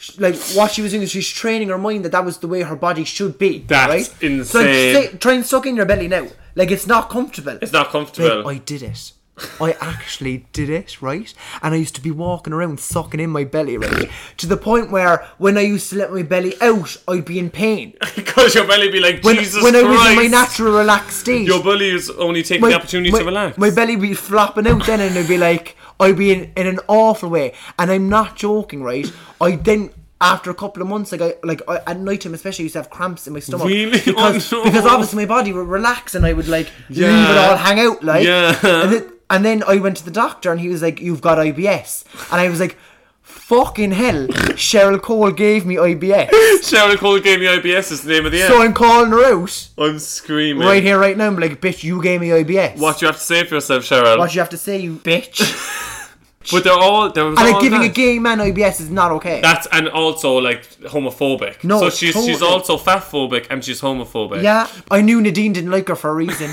She- like, what she was doing is she's training her mind that that was the way her body should be.
That's
right? So
insane.
say, try and suck in your belly now. Like, it's not comfortable.
It's not comfortable.
Babe, I did it. I actually did it, right? And I used to be walking around sucking in my belly, right? to the point where when I used to let my belly out, I'd be in pain.
Because your belly be like
When,
Jesus
when I
Christ.
was in my natural relaxed state.
Your belly is only taking the opportunity
my,
to relax.
My belly be flopping out then, and I'd be like, I'd be in, in an awful way, and I'm not joking, right? I then. After a couple of months, like I, like I, at night time especially, I used to have cramps in my stomach
Really? Oh,
because
no.
because obviously my body would relax and I would like leave it
Yeah.
all hang out like
Yeah.
and, it, and then I went to the doctor and he was like, "You've got IBS," and I was like, "Fucking hell!" Cheryl Cole gave me IBS,
Cheryl Cole gave me IBS is the name of the
so
end.
I'm calling her out
I'm screaming.
right here, right now. I'm like, "Bitch, you gave me IBS."
What do you have to say for yourself, Cheryl?
What you have to say, you bitch?
but they're all they're
And
all
like giving
that.
a gay man IBS is not okay.
That's and also like homophobic.
No,
so
it's
she's she's
totally-
also fatphobic and she's homophobic.
yeah, I knew Nadine didn't like her for a reason.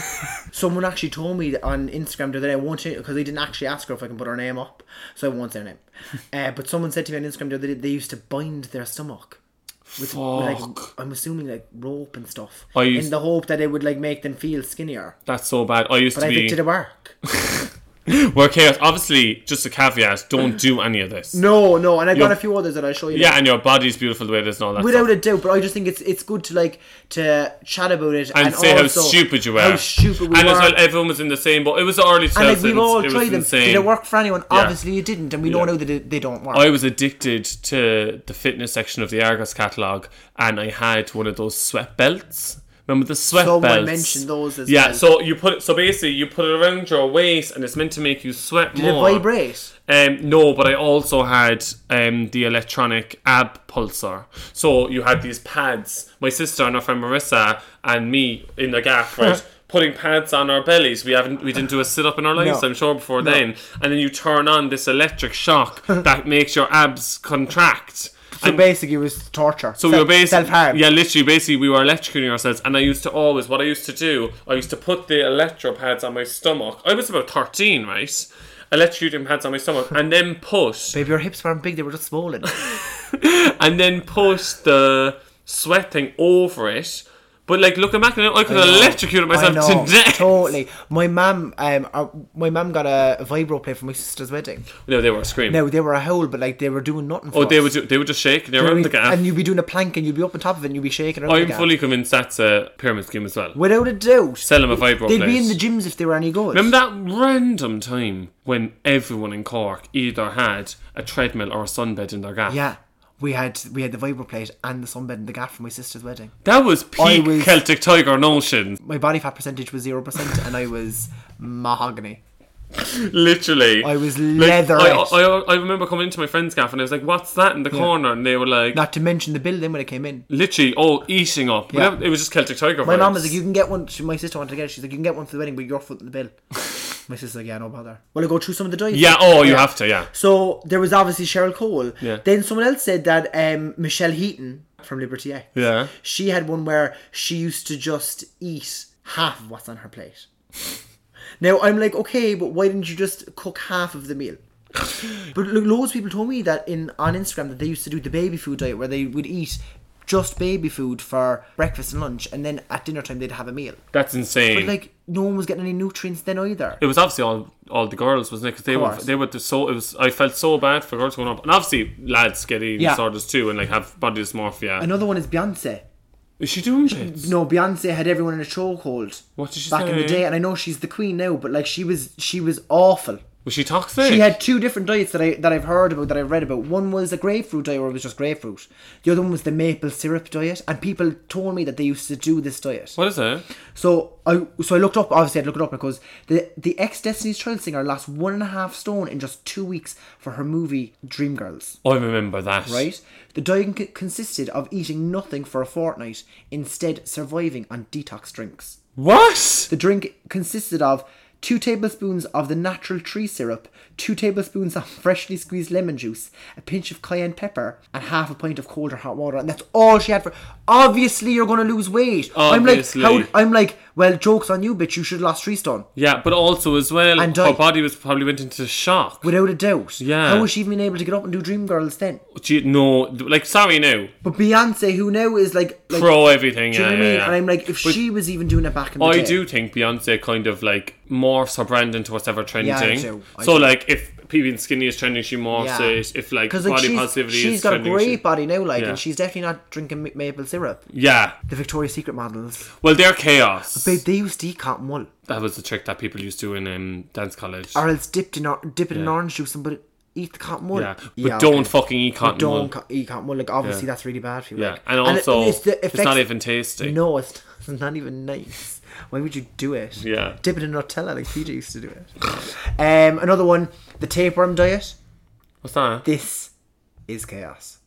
Someone actually told me on Instagram the other day, I won't because they didn't actually ask her if I can put her name up, so I won't say her name. Uh, but someone said to me on Instagram the other day they used to bind their stomach. With, with, like, I'm assuming like rope and stuff,
I used-
in the hope that it would like make them feel skinnier.
That's so bad. I used
But
to
I
be
think did it work?
We're chaos. Obviously, just a caveat: don't do any of this.
No, no, and I got
You're-
a few others that I'll show you.
Yeah,
later.
and your body's beautiful the way it is and all that.
without
stuff.
a doubt. But I just think it's it's good to like to chat about it
and, say how
also
stupid you are.
How stupid we
and
were.
as well, everyone was in the same boat. It was the early 2000s.
and like we've all
it
tried
was
them.
insane.
Did it work for anyone?
Yeah.
Obviously, it didn't, and we
Yeah.
don't know that it, they don't work.
I was addicted to the fitness section of the Argos catalogue, and I had one of those sweat belts. Remember the sweat
Someone
belts?
mentioned those as
yeah.
well.
So you put it. So basically, you put it around your waist, and it's meant to make you sweat
Did it
more.
vibrate?
Um, no, but I also had um, the electronic ab pulsar. So you had these pads. My sister and her friend Marissa and me in the gaff,
Uh-huh.
right? Putting pads on our bellies. We haven't, we didn't do a sit up in our lives,
No.
I'm sure, before then. And then you turn on this electric shock that makes your abs contract.
So basically, it was torture.
So we were
self
basically,
harm.
yeah, literally, basically, we were electrocuting ourselves. And I used to always, what I used to do, I used to put the electro pads on my stomach. I was about thirteen, right? Electrocuting pads on my stomach, and then push,
Babe, your hips weren't big; they were just swollen.
and then push the sweat thing over it. But like looking back on it, I could have electrocuted myself
I know,
to death.
Totally. My mum, um, uh, my mum got a vibro plate for my sister's wedding.
No, they were screaming.
No, they were a hole, but like they were doing nothing. For
oh, they
us.
would do, they would just shake. They
You
were
know
on
what
the
I mean?
gaff.
and you'd be doing a plank, and you'd be up on top of it, and you'd be shaking. around the
I'm
gaff.
fully convinced that's a pyramid scheme as well.
without a doubt.
Sell them a vibro
They'd
plate.
be in the gyms if they were any good.
Remember that random time when everyone in Cork either had a treadmill or a sunbed in their gaff?
Yeah, we had we had the vibro plate and the sunbed and the gaff for my sister's wedding.
That was
I
peak
was-
Celtic Tiger notions.
my body fat percentage was zero percent, and I was mahogany.
Literally.
I was
Like,
leather.
I, I, I remember coming into my friend's gaff and I was like, what's that in the corner? And they were like,
Not to mention the bill then when it came in.
literally, oh, eating up.
Yeah.
Whatever- It was just Celtic Tiger
My
vibes.
mum was like, "You can get one." She, my sister wanted to get it. She's like, "You can get one for the wedding, but you're footing the bill." my sister's like, "Yeah, no bother." Well, I go through some of the diets.
Yeah, oh, you have to, yeah.
So there was obviously Cheryl Cole.
Yeah.
Then someone else said that um, Michelle Heaton from Liberty X.
Yeah.
She had one where she used to just eat half of what's on her plate. now I'm like, okay, but why didn't you just cook half of the meal? But lo- loads of people told me that in on Instagram that they used to do the baby food diet where they would eat just baby food for breakfast and lunch, and then at dinner time they'd have a meal.
That's insane.
But like, no one was getting any nutrients then either.
it was obviously all all the girls, wasn't it? Because they were
course.
they were the so it was. I felt so bad for girls going up, and obviously lads get eating
Yeah.
disorders too, and like have body dysmorphia.
Another one is Beyonce.
Is she doing shit?
No, Beyonce had everyone in a chokehold.
What did she
back in the
say?
day? And I know she's the queen now, but like she was, she was awful.
Was she toxic?
She had two different diets that I that I've heard about that I've read about. One was a grapefruit diet, where it was just grapefruit. The other one was the maple syrup diet, and people told me that they used to do this diet.
What is it?
So I so I looked up. Obviously, I'd look it up because the the ex Destiny's Child singer lost one and a half stone in just two weeks for her movie Dreamgirls.
I remember that.
Right, the diet c- consisted of eating nothing for a fortnight, instead surviving on detox drinks.
What?
The drink consisted of two tablespoons of the natural tree syrup, two tablespoons of freshly squeezed lemon juice, a pinch of cayenne pepper, and half a pint of cold or hot water. And that's all she had for. Obviously, you're going to lose weight.
Obviously.
I'm like, how, I'm like, well, jokes on you, bitch. You should have lost three stone.
Yeah, but also as well,
And
her
I-
body was probably went into shock.
Without a doubt.
Yeah.
How was she even able to get up and do Dreamgirls then?
She, no, like sorry now,
But Beyonce, who now is like, like
pro everything.
do you
yeah,
know what I
yeah,
mean?
yeah.
And I'm like, if
But
she was even doing it back in the
I
day,
do think Beyonce kind of like morphs her brand into whatever trending.
Yeah, I do, I
so
do.
like if being skinny is trending, she morphs
Yeah.
it. If like
Because
body
like she's,
positivity
she's
is
got a
trending,
great
she-
body now, like,
Yeah.
and she's definitely not drinking ma- maple syrup.
Yeah,
The Victoria's Secret models.
well they're chaos.
Babe, they used to eat cotton wool,
that was the trick that people used to in um, dance college.
or else dipped in or- dip it in orange juice and put it, eat the cotton wool.
Yeah, but don't fucking eat
But
cotton
don't
wool.
co- eat cotton wool. Like obviously that's really bad for you.
Yeah,
like.
and
it-
also,
the
it's not even tasty.
No, it's it's not even nice. Why would you do it?
Yeah.
dip it in Nutella like PJ used to do it. um, another one, the tapeworm diet.
What's that?
This is chaos.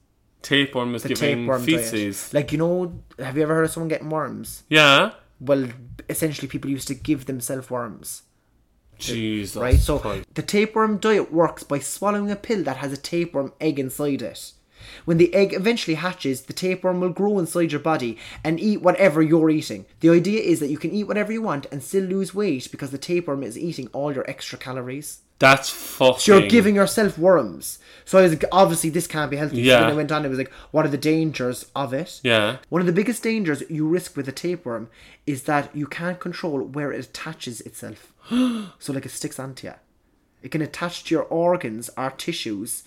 tapeworm is
The
giving
tapeworm
feces.
diet. Like you know, have you ever heard of someone getting worms?
yeah.
Well, essentially, people used to give themselves worms.
Jesus.
right? So
Christ.
the tapeworm diet works by swallowing a pill that has a tapeworm egg inside it. When the egg eventually hatches, the tapeworm will grow inside your body and eat whatever you're eating. The idea is that you can eat whatever you want and still lose weight because the tapeworm is eating all your extra calories.
that's fucking.
So you're giving yourself worms. So I was like, obviously this can't be healthy. So
Yeah.
when I went on, it was like, what are the dangers of it?
Yeah.
One of the biggest dangers you risk with a tapeworm is that you can't control where it attaches itself. so, like, it sticks onto you. It can attach to your organs or tissues,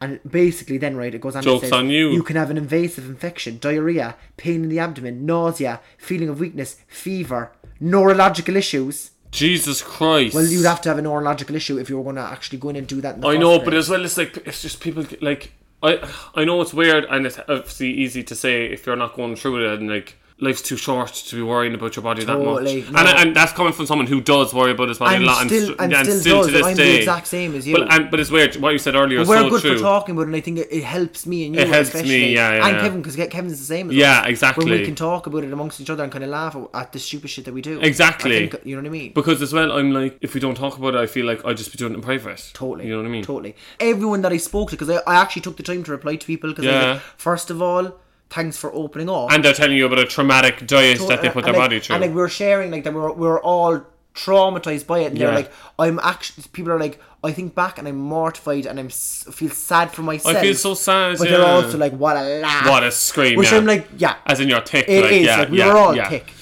and it basically, then, right, it goes on. and
Joke's
says,
on you.
You can have an invasive infection, diarrhea, pain in the abdomen, nausea, feeling of weakness, fever, neurological issues.
Jesus Christ.
Well, you'd have to have a neurological issue if you were going to actually go in and do that. In the
I
first
know,
place.
but as well, it's like it's just people get- like I. I know it's weird and it's obviously easy to say if you're not going through it and like. Life's too short to be worrying about your body
Totally,
that much,
no.
and, and that's coming from someone who does worry about his body
And
a lot,
still-
st-
and still does, and I'm the exact same as you.
But, and, but it's weird what you said earlier.
But
is
we're
so
good
true.
for talking about it, and I think it, it helps me and you.
It helps me,
especially.
yeah, yeah,
And
yeah.
Kevin, because Kevin's the same as
Yeah,
us, Where
exactly.
we can talk about it amongst each other and kind of laugh at- at the stupid shit that we do.
Exactly.
I think- you know what I mean?
Because as well, I'm like, if we don't talk about it, I feel like I'd just be doing it in private.
Totally.
You know what I mean?
Totally. Everyone that I spoke to, because I, I actually took the time to reply to people, because
Yeah.
like, first of all, thanks for opening up.
And they're telling you about a traumatic diet
So-
that they put
and
their
like-
body through.
And like we were sharing, like that we were, we were all traumatized by it, and
Yeah.
they're like, I'm actually. People are like, I think back and I'm mortified, and I'm s- feel sad for myself.
so sad,
But
yeah.
they're also like, what a laugh,
What a scream,
Which
yeah.
I'm like, yeah,
As in you're thick,
It
like,
is,
yeah,
we
yeah,
were all
yeah.
thick.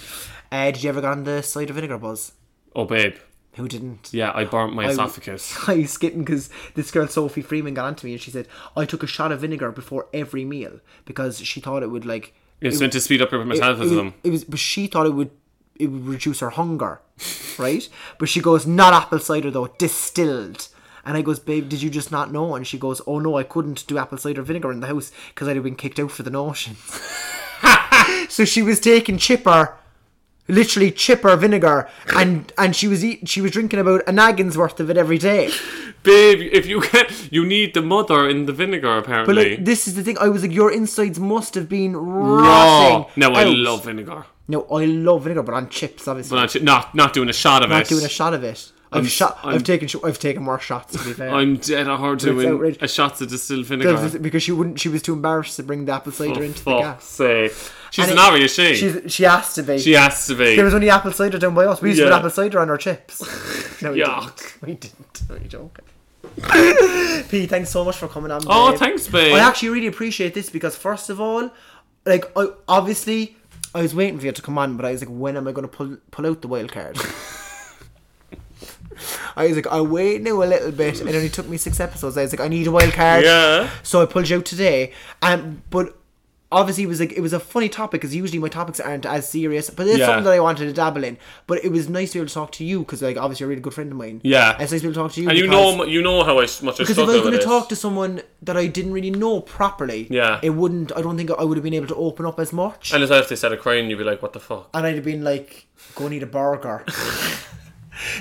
Uh, did you ever go on the cider vinegar buzz?
oh, babe.
Who didn't?
Yeah, I burnt my
I-
esophagus.
I was skipping because this girl Sophie Freeman got onto me and she said I took a shot of vinegar before every meal because she thought it would like
It's meant to speed up your metabolism.
it, it was, but she thought it would it would reduce her hunger, right? But she goes, not apple cider though, distilled. And I goes, babe, did you just not know? And she goes, oh no, I couldn't do apple cider vinegar in the house because I'd have been kicked out for the notions. so she was taking chipper, literally chipper vinegar, and and she was eating, she was drinking about a naggin's worth of it every day.
Babe, if you get, you need the mother in the vinegar
But
apparently.
like, this is the thing. I was like, your insides must have been
Raw.
rotting.
No, I
out."
love vinegar.
No, I love vinegar, but on chips, obviously.
But not, not not doing a shot of
not
it.
doing a shot of it. I've
I'm-
shot.
I'm-
I've taken. Sh- I've taken more shots to be fair.
I'm dead at her doing
outrage.
a shot of distilled vinegar. Oh,
because, because she wouldn't. She was too embarrassed to bring the apple cider
For
into the
fuck's
gas.
sake. She's
And
an
it-
Ari, is she?
She's, she has to be.
she has to be.
There was only apple cider down by us. We used to
Yeah.
put apple cider on our chips. no, we
Yuck.
didn't. We didn't. Are you joking? P, thanks so much for coming on.
Oh,
babe.
thanks, babe.
I actually really appreciate this because first of all, like I, obviously I was waiting for you to come on, but I was like, when am I going to pull pull out the wild card? I was like, I wait now a little bit, and it only took me six episodes. I was like, I need a wild card,
Yeah.
So I pulled you out today, um, but obviously it was like it was a funny topic because usually my topics aren't as serious, but it's
Yeah.
something that I wanted to dabble in. But it was nice to be able to talk to you because like obviously you're a really good friend of mine.
Yeah.
it's nice to be able to talk to you.
And you
because-
know, you know how I, s- much I
because if I
struggle
was going
with
to
it.
talk to someone that I didn't really know properly,
Yeah.
it wouldn't. I don't think I would have been able to open up as much,
and
and,
as well, if they started crying, you'd be like, "What the fuck?"
I'd have been like, "Go and eat a burger."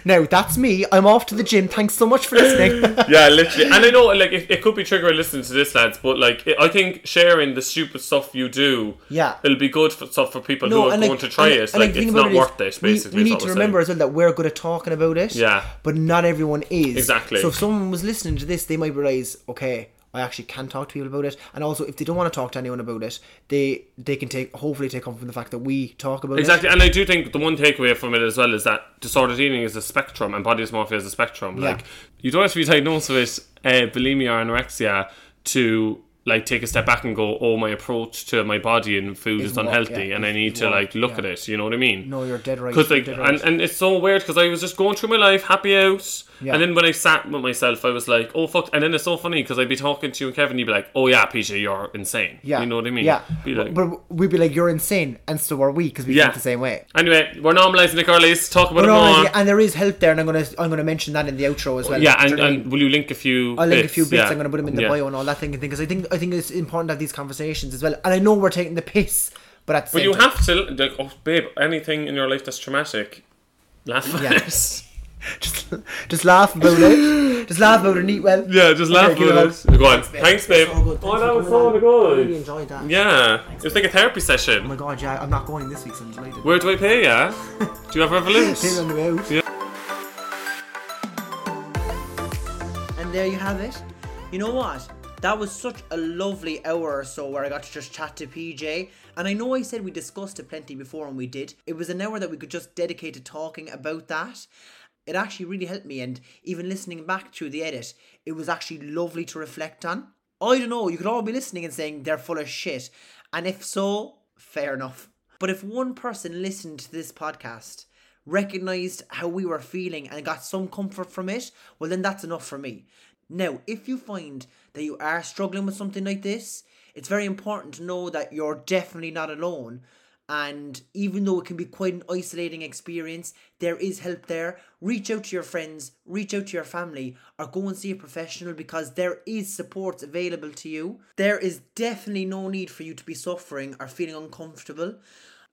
now that's me. I'm off to the gym. Thanks so much for listening.
yeah, literally. And I know, like, it, it could be triggering listening to this, lads, but like, it, I think sharing the stupid stuff you do,
Yeah.
it'll be good for stuff for people who are going to try
and-
it.
and
Like,
the thing
it's not
about is
worth it.
we-
Basically,
we,
is
need
what
to
we're
remember
saying.
as well that we're good at talking about it.
Yeah.
but not everyone is
Exactly.
So if someone was listening to this, they might realize, okay. I actually can talk to people about it, and also if they don't want to talk to anyone about it, they they can take hopefully take comfort from the fact that we talk about it.
Exactly, and I do think the one takeaway from it as well is that disordered eating is a spectrum, and body dysmorphia is a spectrum.
Yeah.
Like, you don't have to be diagnosed with uh, bulimia or anorexia to like take a step back and go, "Oh, my approach to my body and food is,
wrong,
unhealthy,
yeah,
and I
is-
need
is
to
wrong,
like look
yeah.
at it." You know what I mean?
No, you're dead right,
Because like,
you're dead right.
and and it's so weird because I was just going through my life happy out,
Yeah.
and then when I sat with myself, I was like, "Oh fuck!" And then it's so funny because I'd be talking to you and Kevin, you'd be like, "Oh yeah, PJ, you're insane."
Yeah.
you know what I mean?
Yeah.
Be like,
but we'd be like, you're insane, and so are we, because we think the same way.
Anyway, we're normalising the girlies. Talk about
But
it more.
honestly, and there is help there, and I'm gonna I'm gonna mention that in the outro as well.
yeah,
Do you
and,
know what I
and
mean?
will you link a few?
I'll link a few bits.
Yeah.
I'm gonna put them in the
Yeah.
bio and all that thing and thing, because I think I think it's important to have these conversations as well. And I know we're taking the piss, but at the
But
same
you
time,
have to like, oh, babe. Anything in your life that's traumatic, laugh at
Yeah.
it.
just just laugh about it, just laugh about it, and eat well.
Yeah, just laugh
give
about
it
it. Go on. Thanks, babe.
So good.
Oh, that was
Thanks for
so
coming on. Really
good.
enjoyed that.
Yeah, it was like a therapy session.
Oh my god, yeah, I'm not going this week, so I'm delighted.
Where do I pay? Yeah. do you have
Pay me
Revolut?
on the way out.
Yeah.
And there you have it. You know what? That was such a lovely hour or so where I got to just chat to PJ. And I know I said we discussed it plenty before and we did. It was an hour that we could just dedicate to talking about that. It actually really helped me and even listening back to the edit, it was actually lovely to reflect on. I don't know, you could all be listening and saying they're full of shit. And if so, fair enough. But if one person listened to this podcast recognized how we were feeling and got some comfort from it, well, then that's enough for me. Now, if you find that you are struggling with something like this, it's very important to know that you're definitely not alone. And even though it can be quite an isolating experience, there is help there. Reach out to your friends, reach out to your family, or go and see a professional because there is supports available to you. There is definitely no need for you to be suffering or feeling uncomfortable.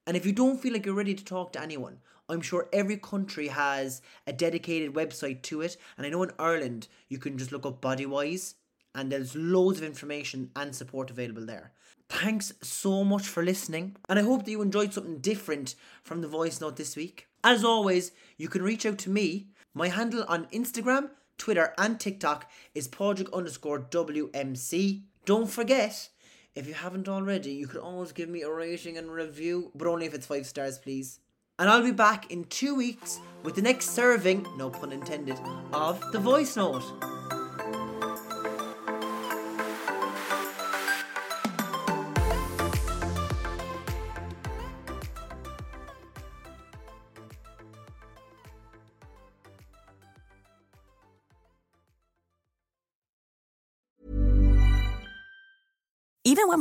And if you don't feel like you're ready to talk to anyone, I'm sure every country has a dedicated website to it. And I know in Ireland, you can just look up Bodywise, and there's loads of information and support available there. Thanks so much for listening, and I hope that you enjoyed something different from the voice note this week. As always, you can reach out to me. My handle on Instagram, Twitter, and TikTok is Podrick underscore WMC. Don't forget, if you haven't already, you could always give me a rating and review, but only if it's five stars, please. And I'll be back in two weeks with the next serving, no pun intended, of the voice note.
Even when